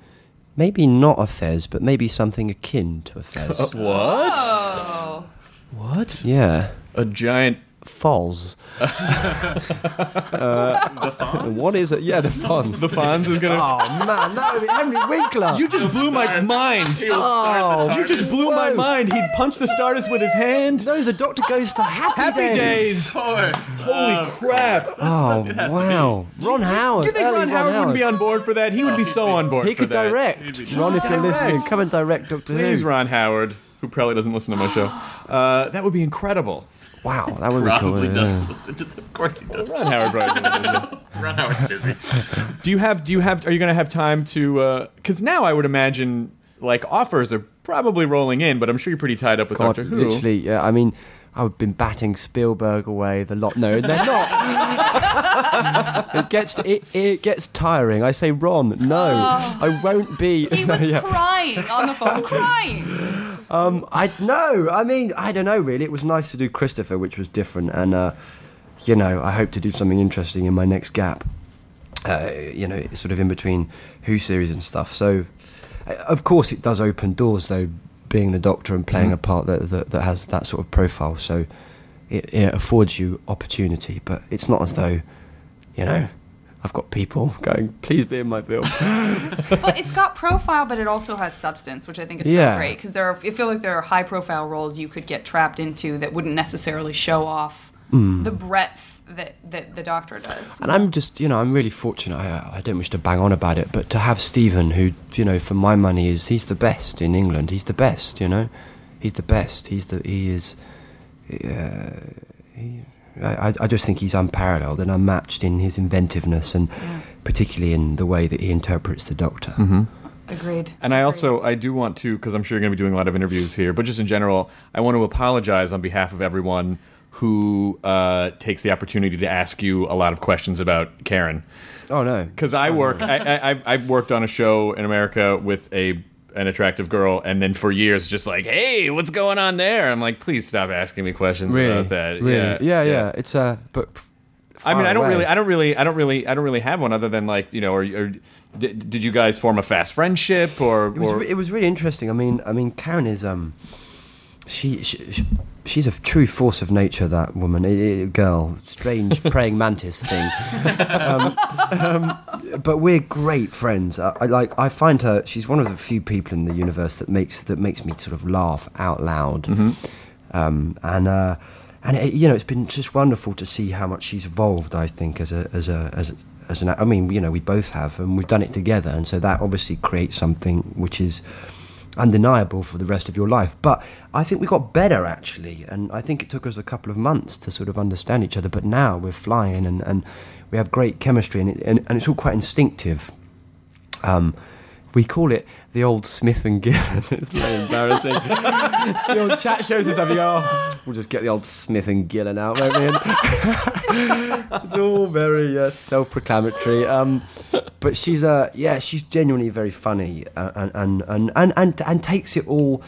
Speaker 6: Maybe not a Fez, but maybe something akin to a Fez.
Speaker 1: What?
Speaker 3: Oh,
Speaker 1: What?
Speaker 6: Yeah,
Speaker 1: A giant.
Speaker 6: Foz.
Speaker 1: Uh,
Speaker 4: The Fonz?
Speaker 6: What is it? Yeah, the Fonz.
Speaker 1: The Fonz is gonna.
Speaker 6: oh man, that would be Henry Winkler.
Speaker 1: You just blew my
Speaker 4: start.
Speaker 1: mind.
Speaker 4: He will
Speaker 6: Oh.
Speaker 4: start the
Speaker 1: You just blew my
Speaker 6: Whoa.
Speaker 1: mind. He'd punch the Stardust with his hand.
Speaker 6: no, the Doctor goes to Happy,
Speaker 1: Happy days.
Speaker 4: TARDIS. Of course.
Speaker 6: Uh,
Speaker 1: Holy crap!
Speaker 6: Oh
Speaker 4: has to
Speaker 6: wow, Ron Howard.
Speaker 1: Do you think
Speaker 6: early
Speaker 1: Ron Howard would be on board for that? He would be so on board.
Speaker 6: He
Speaker 1: for
Speaker 6: could
Speaker 1: that.
Speaker 6: direct.
Speaker 4: He'd be-
Speaker 6: Ron, if you're listening,
Speaker 1: Direct.
Speaker 6: come and direct Doctor
Speaker 1: Please,
Speaker 6: Who.
Speaker 1: Ron Howard, who probably doesn't listen to my show. Uh, that would be incredible.
Speaker 6: Wow, that would be cool.
Speaker 4: Probably
Speaker 6: yeah.
Speaker 4: doesn't listen to them. Of course he does.
Speaker 1: Ron Howard probably doesn't listen to my show.
Speaker 4: Ron Howard's busy.
Speaker 1: Do you have? Do you have? Are you going to have time to? Because now I would imagine like offers are probably rolling in, but I'm sure you're pretty tied up with
Speaker 6: God,
Speaker 1: Doctor Who.
Speaker 6: literally, yeah. I mean, I've been batting Spielberg away the lot. No, they're not. it gets it, it gets tiring. I say, Ron, no, I won't be.
Speaker 3: Oh. he was
Speaker 6: Yeah.
Speaker 3: crying on the phone, crying.
Speaker 6: Um, I no. I mean, I don't know. Really, it was nice to do Christopher, which was different, and uh, you know, I hope to do something interesting in my next gap. Uh, you know, sort of in between Who series and stuff. So, uh, of course, it does open doors, though, being the Doctor and playing a part that, that that has that sort of profile. So, it, it affords you opportunity, but it's not as though, you know, I've got people going, please be in my film.
Speaker 3: But it's got profile, but it also has substance, which I think is
Speaker 6: Yeah.
Speaker 3: so great because there are. I feel like there are high-profile roles you could get trapped into that wouldn't necessarily show off the breadth that that the Doctor does.
Speaker 6: Hmm. And I'm just, you know, I'm really fortunate. I, I don't wish to bang on about it, but to have Stephen, who, you know, for my money is he's the best in England. He's the best, you know, he's the best. He's the he is. Uh, he, I, I- I just think he's unparalleled and unmatched in his inventiveness and particularly in the way that he interprets the Doctor.
Speaker 3: Agreed.
Speaker 1: And I also I do want to because I'm sure you're going to be doing a lot of interviews here, but just in general, I want to apologize on behalf of everyone who uh, takes the opportunity to ask you a lot of questions about Karen.
Speaker 6: Oh no.
Speaker 1: Because I work, I, I, I've, I've worked on a show in America with a an attractive girl, and then for years, just like, hey, what's going on there? I'm like, please stop asking me questions about that.
Speaker 6: Really?
Speaker 1: Yeah,
Speaker 6: Yeah, yeah. It's uh, but
Speaker 1: I mean,
Speaker 6: far
Speaker 1: I don't
Speaker 6: away.
Speaker 1: really, I don't really, I don't really, I don't really have one other than like, you know, or, or did, did you guys form a fast friendship or?
Speaker 6: it was,
Speaker 1: or
Speaker 6: re- it was really interesting. I mean, I mean, Karen is um, she, she, she she's a true force of nature. That woman, I- I- girl, strange praying mantis thing. um, um, but we're great friends. I, I like. I find her. She's one of the few people in the universe that makes that makes me sort of laugh out loud. Um, and uh, and it, you know, it's been just wonderful to see how much she's evolved. I think as a as a as a, as an. I mean, you know, we both have, and we've done it together, and so that obviously creates something which is undeniable for the rest of your life. But I think we got better actually, and I think it took us a couple of months to sort of understand each other. But now we're flying, and and we have great chemistry, and it, and, and it's all quite instinctive. Um, we call it the old Smith and Gillen. It's very embarrassing. the old chat shows us having, oh, we'll just get the old Smith and Gillen out, won't we? And it's all very uh, self-proclamatory. Um, but she's, uh, yeah, she's genuinely very funny uh, and, and, and, and, and, and takes it all.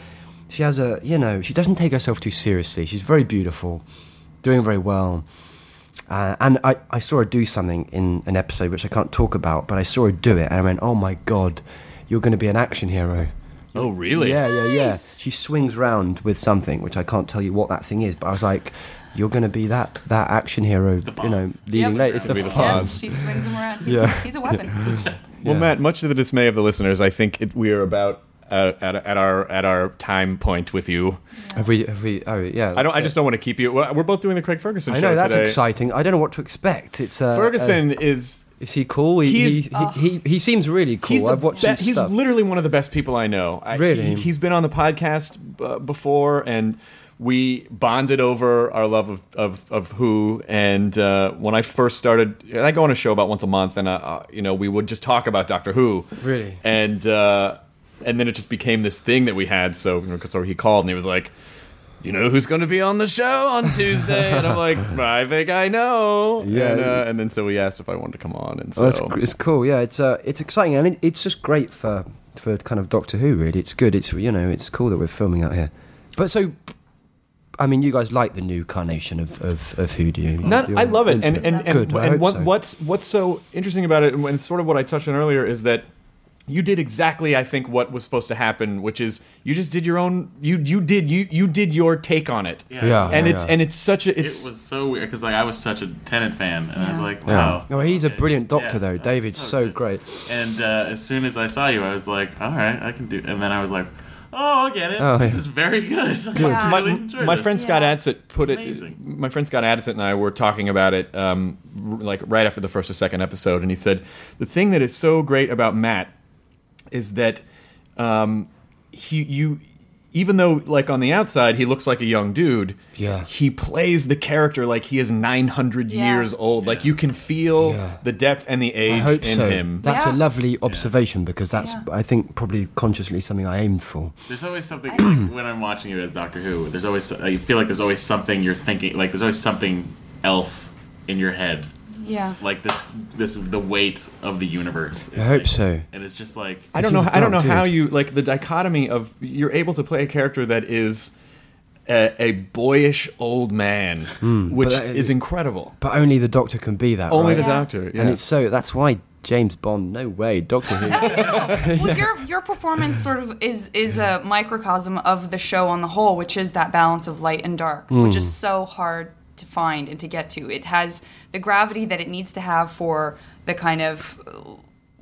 Speaker 6: She has a, you know, she doesn't take herself too seriously. She's very beautiful, doing very well. Uh, and I, I saw her do something in an episode which I can't talk about, but I saw her do it and I went, oh my God, you're going to be an action hero.
Speaker 1: oh, really?
Speaker 6: Yeah, yeah, yeah. She swings round with something, which I can't tell you what that thing is, but I was like, you're going to be that, that action hero, you know, leading
Speaker 3: Yep.
Speaker 6: late. It's the,
Speaker 1: be the
Speaker 3: Yeah,
Speaker 1: Um,
Speaker 3: she swings him around. He's,
Speaker 6: Yeah.
Speaker 3: he's a weapon.
Speaker 1: Well,
Speaker 6: Yeah.
Speaker 1: Matt, much to the dismay of the listeners, I think it, we are about uh, at, at our at our time point with you.
Speaker 6: Have we, have we, oh, yeah.
Speaker 1: I don't.
Speaker 6: that's
Speaker 1: I
Speaker 6: it.
Speaker 1: just don't want to keep you. We're we're both doing the Craig Ferguson
Speaker 6: I
Speaker 1: show
Speaker 6: know, that's
Speaker 1: today.
Speaker 6: exciting. I don't know what to expect. It's uh, uh,
Speaker 1: Ferguson is.
Speaker 6: is he cool? He,
Speaker 1: He's-
Speaker 6: he, he, he, he seems really cool.
Speaker 1: He's, the
Speaker 6: I've watched
Speaker 1: be-
Speaker 6: his
Speaker 1: he's
Speaker 6: stuff.
Speaker 1: literally one of the best people I know. I,
Speaker 6: Really?
Speaker 1: he, has been on the podcast uh, before, and we bonded over our love of of, of Who. And uh, when I first started, I go on a show about once a month, and uh, uh, you know we would just talk about Doctor Who.
Speaker 6: Really?
Speaker 1: And uh, and then it just became this thing that we had. So you know, so he called and he was like. You know who's going to be on the show on Tuesday, and I'm like, I think I know.
Speaker 6: Yeah.
Speaker 1: and, uh, and then so we asked if I wanted to come on, and so
Speaker 6: Well, Oh, that's, it's cool. Yeah, it's uh, it's exciting, and it, it's just great for for kind of Doctor Who. Really, it's good. It's you know, it's cool that we're filming out here. But so, I mean, you guys like the new carnation of of, of Who? Do you?
Speaker 1: Not,
Speaker 6: You're
Speaker 1: I love it,
Speaker 6: into
Speaker 1: and and and,
Speaker 6: Good, I
Speaker 1: and
Speaker 6: hope
Speaker 1: what,
Speaker 6: so.
Speaker 1: what's what's so interesting about it, and- and sort of what I touched on earlier is that you did exactly, I think, what was supposed to happen, which is you just did your own, you you did you you did your take on it,
Speaker 6: Yeah,
Speaker 1: and
Speaker 6: yeah,
Speaker 1: it's
Speaker 6: yeah.
Speaker 1: and it's such a
Speaker 4: It
Speaker 1: it's
Speaker 4: was so weird because like I was such a Tenant fan, and I was
Speaker 3: Yeah.
Speaker 4: like,
Speaker 6: Yeah.
Speaker 4: wow.
Speaker 6: Oh, he's a
Speaker 4: okay,
Speaker 6: brilliant doctor, though.
Speaker 4: that's
Speaker 6: David's so
Speaker 4: good.
Speaker 6: great.
Speaker 4: And uh, as soon as I saw you, I was like, all right, I can do. And then I was like, oh, I get it.
Speaker 6: Oh,
Speaker 4: this
Speaker 6: yeah.
Speaker 4: is very good. Good.
Speaker 3: Yeah.
Speaker 1: my,
Speaker 3: really
Speaker 1: my friend Scott Adsit put it.
Speaker 4: Amazing.
Speaker 1: My friend Scott Adsit and I were talking about it, um, r- like right after the first or second episode, and he said the thing that is so great about Matt is that um, he you even though like on the outside he looks like a young dude,
Speaker 6: Yeah.
Speaker 1: he plays the character like he is nine hundred
Speaker 3: Yeah.
Speaker 1: years old. Like you can feel
Speaker 6: Yeah.
Speaker 1: the depth and the age
Speaker 6: I hope
Speaker 1: in
Speaker 6: so.
Speaker 1: him.
Speaker 6: That's a
Speaker 3: Yeah.
Speaker 6: lovely observation because that's
Speaker 3: Yeah.
Speaker 6: I think probably consciously something I aimed for.
Speaker 4: There's always something like, when I'm watching you as Doctor Who. There's always I feel like there's always something you're thinking. Like there's always something else in your head.
Speaker 3: Yeah.
Speaker 4: Like this this the weight of the universe.
Speaker 6: I hope so.
Speaker 4: And it's just like
Speaker 1: I don't know.
Speaker 6: This is
Speaker 1: I don't know
Speaker 6: dumb,
Speaker 1: how
Speaker 6: dude.
Speaker 1: you like the dichotomy of you're able to play a character that is a, a boyish old man, which
Speaker 6: but that-
Speaker 1: is incredible.
Speaker 6: But only the Doctor can be that.
Speaker 1: Only
Speaker 6: right?
Speaker 1: the Doctor, yeah.
Speaker 6: And it's so that's why James Bond. No way, Doctor Who.
Speaker 3: Well, your your performance sort of is is a microcosm of the show on the whole, which is that balance of light and dark, which
Speaker 1: Mm.
Speaker 3: is so hard to find and to get to. It has the gravity that it needs to have for the kind of uh,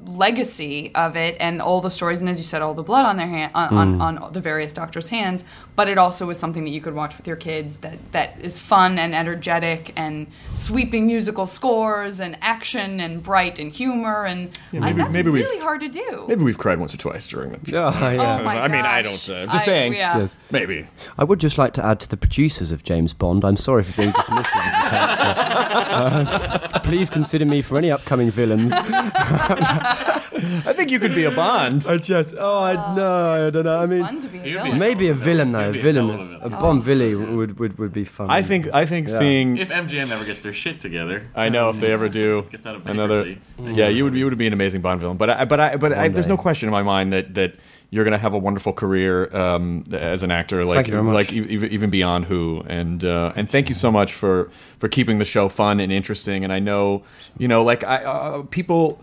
Speaker 3: legacy of it and all the stories and as you said all the blood on their hand on,
Speaker 1: Mm.
Speaker 3: on, on the various doctors hands but it also is something that you could watch with your kids that that is fun and energetic and sweeping musical scores and action and bright and humor and I-
Speaker 1: maybe-
Speaker 3: that's
Speaker 1: maybe we've-
Speaker 3: really hard to do
Speaker 1: Maybe we've cried once or twice during the.
Speaker 6: yeah, yeah.
Speaker 3: Oh my
Speaker 1: I mean, I
Speaker 3: gosh.
Speaker 1: don't. Uh, just saying.
Speaker 3: yeah.
Speaker 6: Yes.
Speaker 1: Maybe.
Speaker 6: I would just like to add to the producers of James Bond. I'm sorry for being dismissive. Um, of the character. Uh, please consider me for any upcoming villains.
Speaker 1: I think you could be a Bond.
Speaker 7: I just, oh, I no, I don't know. I
Speaker 3: Fun
Speaker 7: mean,
Speaker 3: to be a
Speaker 4: You'd be
Speaker 3: villain.
Speaker 6: Maybe a villain though.
Speaker 4: It'd be a
Speaker 6: villain,
Speaker 4: hell of a
Speaker 6: a
Speaker 4: villain.
Speaker 6: Bond villain would, would would be fun.
Speaker 1: I think I think
Speaker 6: Yeah.
Speaker 1: seeing.
Speaker 4: If MGM ever gets their shit together, Um,
Speaker 1: I know if they ever do
Speaker 4: Gets out of
Speaker 1: another,
Speaker 4: bankruptcy.
Speaker 1: yeah, you would you would be an amazing Bond villain. But I, but I, but I,
Speaker 6: One
Speaker 1: there's no
Speaker 6: day.
Speaker 1: question in my mind that that you're gonna have a wonderful career um, as an actor, like
Speaker 6: you very much.
Speaker 1: like e- even, even beyond who. And uh, and thank you so much for for keeping the show fun and interesting. And I know you know like I uh, people.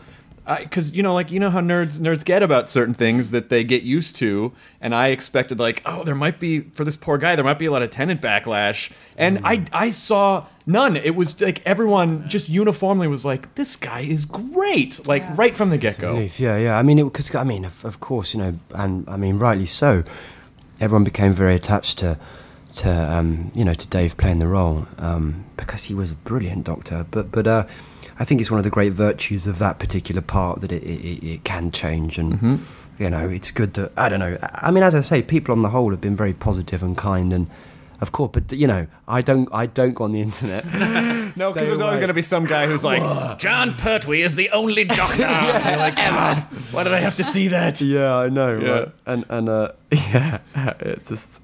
Speaker 1: Because you know, like you know how nerds nerds get about certain things that they get used to, and I expected like, oh, there might be for this poor guy, there might be a lot of tenant backlash, and I I saw none. It was like everyone just uniformly was like, this guy is great, like right from the get go.
Speaker 6: Relief, Yeah, yeah. I mean, because I mean, of, of course, you know, and I mean, rightly so. Everyone became very attached to, to um, you know, to Dave playing the role um, because he was a brilliant doctor. But but uh, I think it's one of the great virtues of that particular part that it it, it- it can change and. You know, it's good that I don't know. I I mean, as I say, people on the whole have been very positive and kind, and of course. But you know, I don't, I don't go on the internet.
Speaker 1: No,
Speaker 6: Stay
Speaker 1: because there's always
Speaker 6: away.
Speaker 1: going to be some guy who's like, John Pertwee is the only doctor. And you're like, God, why did I have to see that?
Speaker 6: Yeah, I know.
Speaker 1: Yeah.
Speaker 6: Right? And and uh, yeah, it's just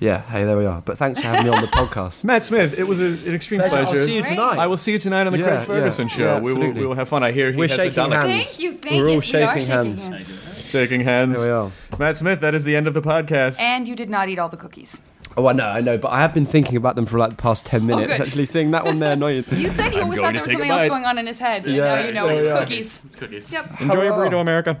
Speaker 6: yeah. Hey, there we are. But thanks for having me on the podcast.
Speaker 1: Matt Smith, it was a, an extreme pleasure.
Speaker 6: I'll see you
Speaker 3: Great.
Speaker 6: tonight.
Speaker 1: I will see you tonight on the
Speaker 6: Yeah,
Speaker 1: Craig
Speaker 6: yeah,
Speaker 1: Ferguson
Speaker 6: yeah,
Speaker 1: show. we, will,
Speaker 6: absolutely.
Speaker 1: we will have fun. I hear he
Speaker 6: We're
Speaker 1: has
Speaker 6: shaking
Speaker 1: the Dalek.
Speaker 6: hands.
Speaker 3: Thank you. Thank
Speaker 6: We're
Speaker 3: you.
Speaker 6: all
Speaker 3: Yes, we are
Speaker 6: shaking hands.
Speaker 3: shaking hands.
Speaker 1: Shaking hands.
Speaker 6: There we are.
Speaker 1: Matt Smith, that is the end of the podcast.
Speaker 3: And you did not eat all the cookies.
Speaker 6: Oh, I know, I know. But I have been thinking about them for like the past ten minutes.
Speaker 3: good.
Speaker 6: Actually, seeing that one there annoying.
Speaker 3: You said you always
Speaker 1: going
Speaker 3: thought
Speaker 1: to
Speaker 3: there was
Speaker 1: take a
Speaker 3: something else
Speaker 1: bite.
Speaker 3: going on in his head. and
Speaker 6: Yeah,
Speaker 3: now you know
Speaker 1: yeah,
Speaker 3: it's
Speaker 1: yeah.
Speaker 3: cookies.
Speaker 4: it's cookies.
Speaker 3: Yep.
Speaker 1: Enjoy your
Speaker 6: Hello.
Speaker 1: burrito, America.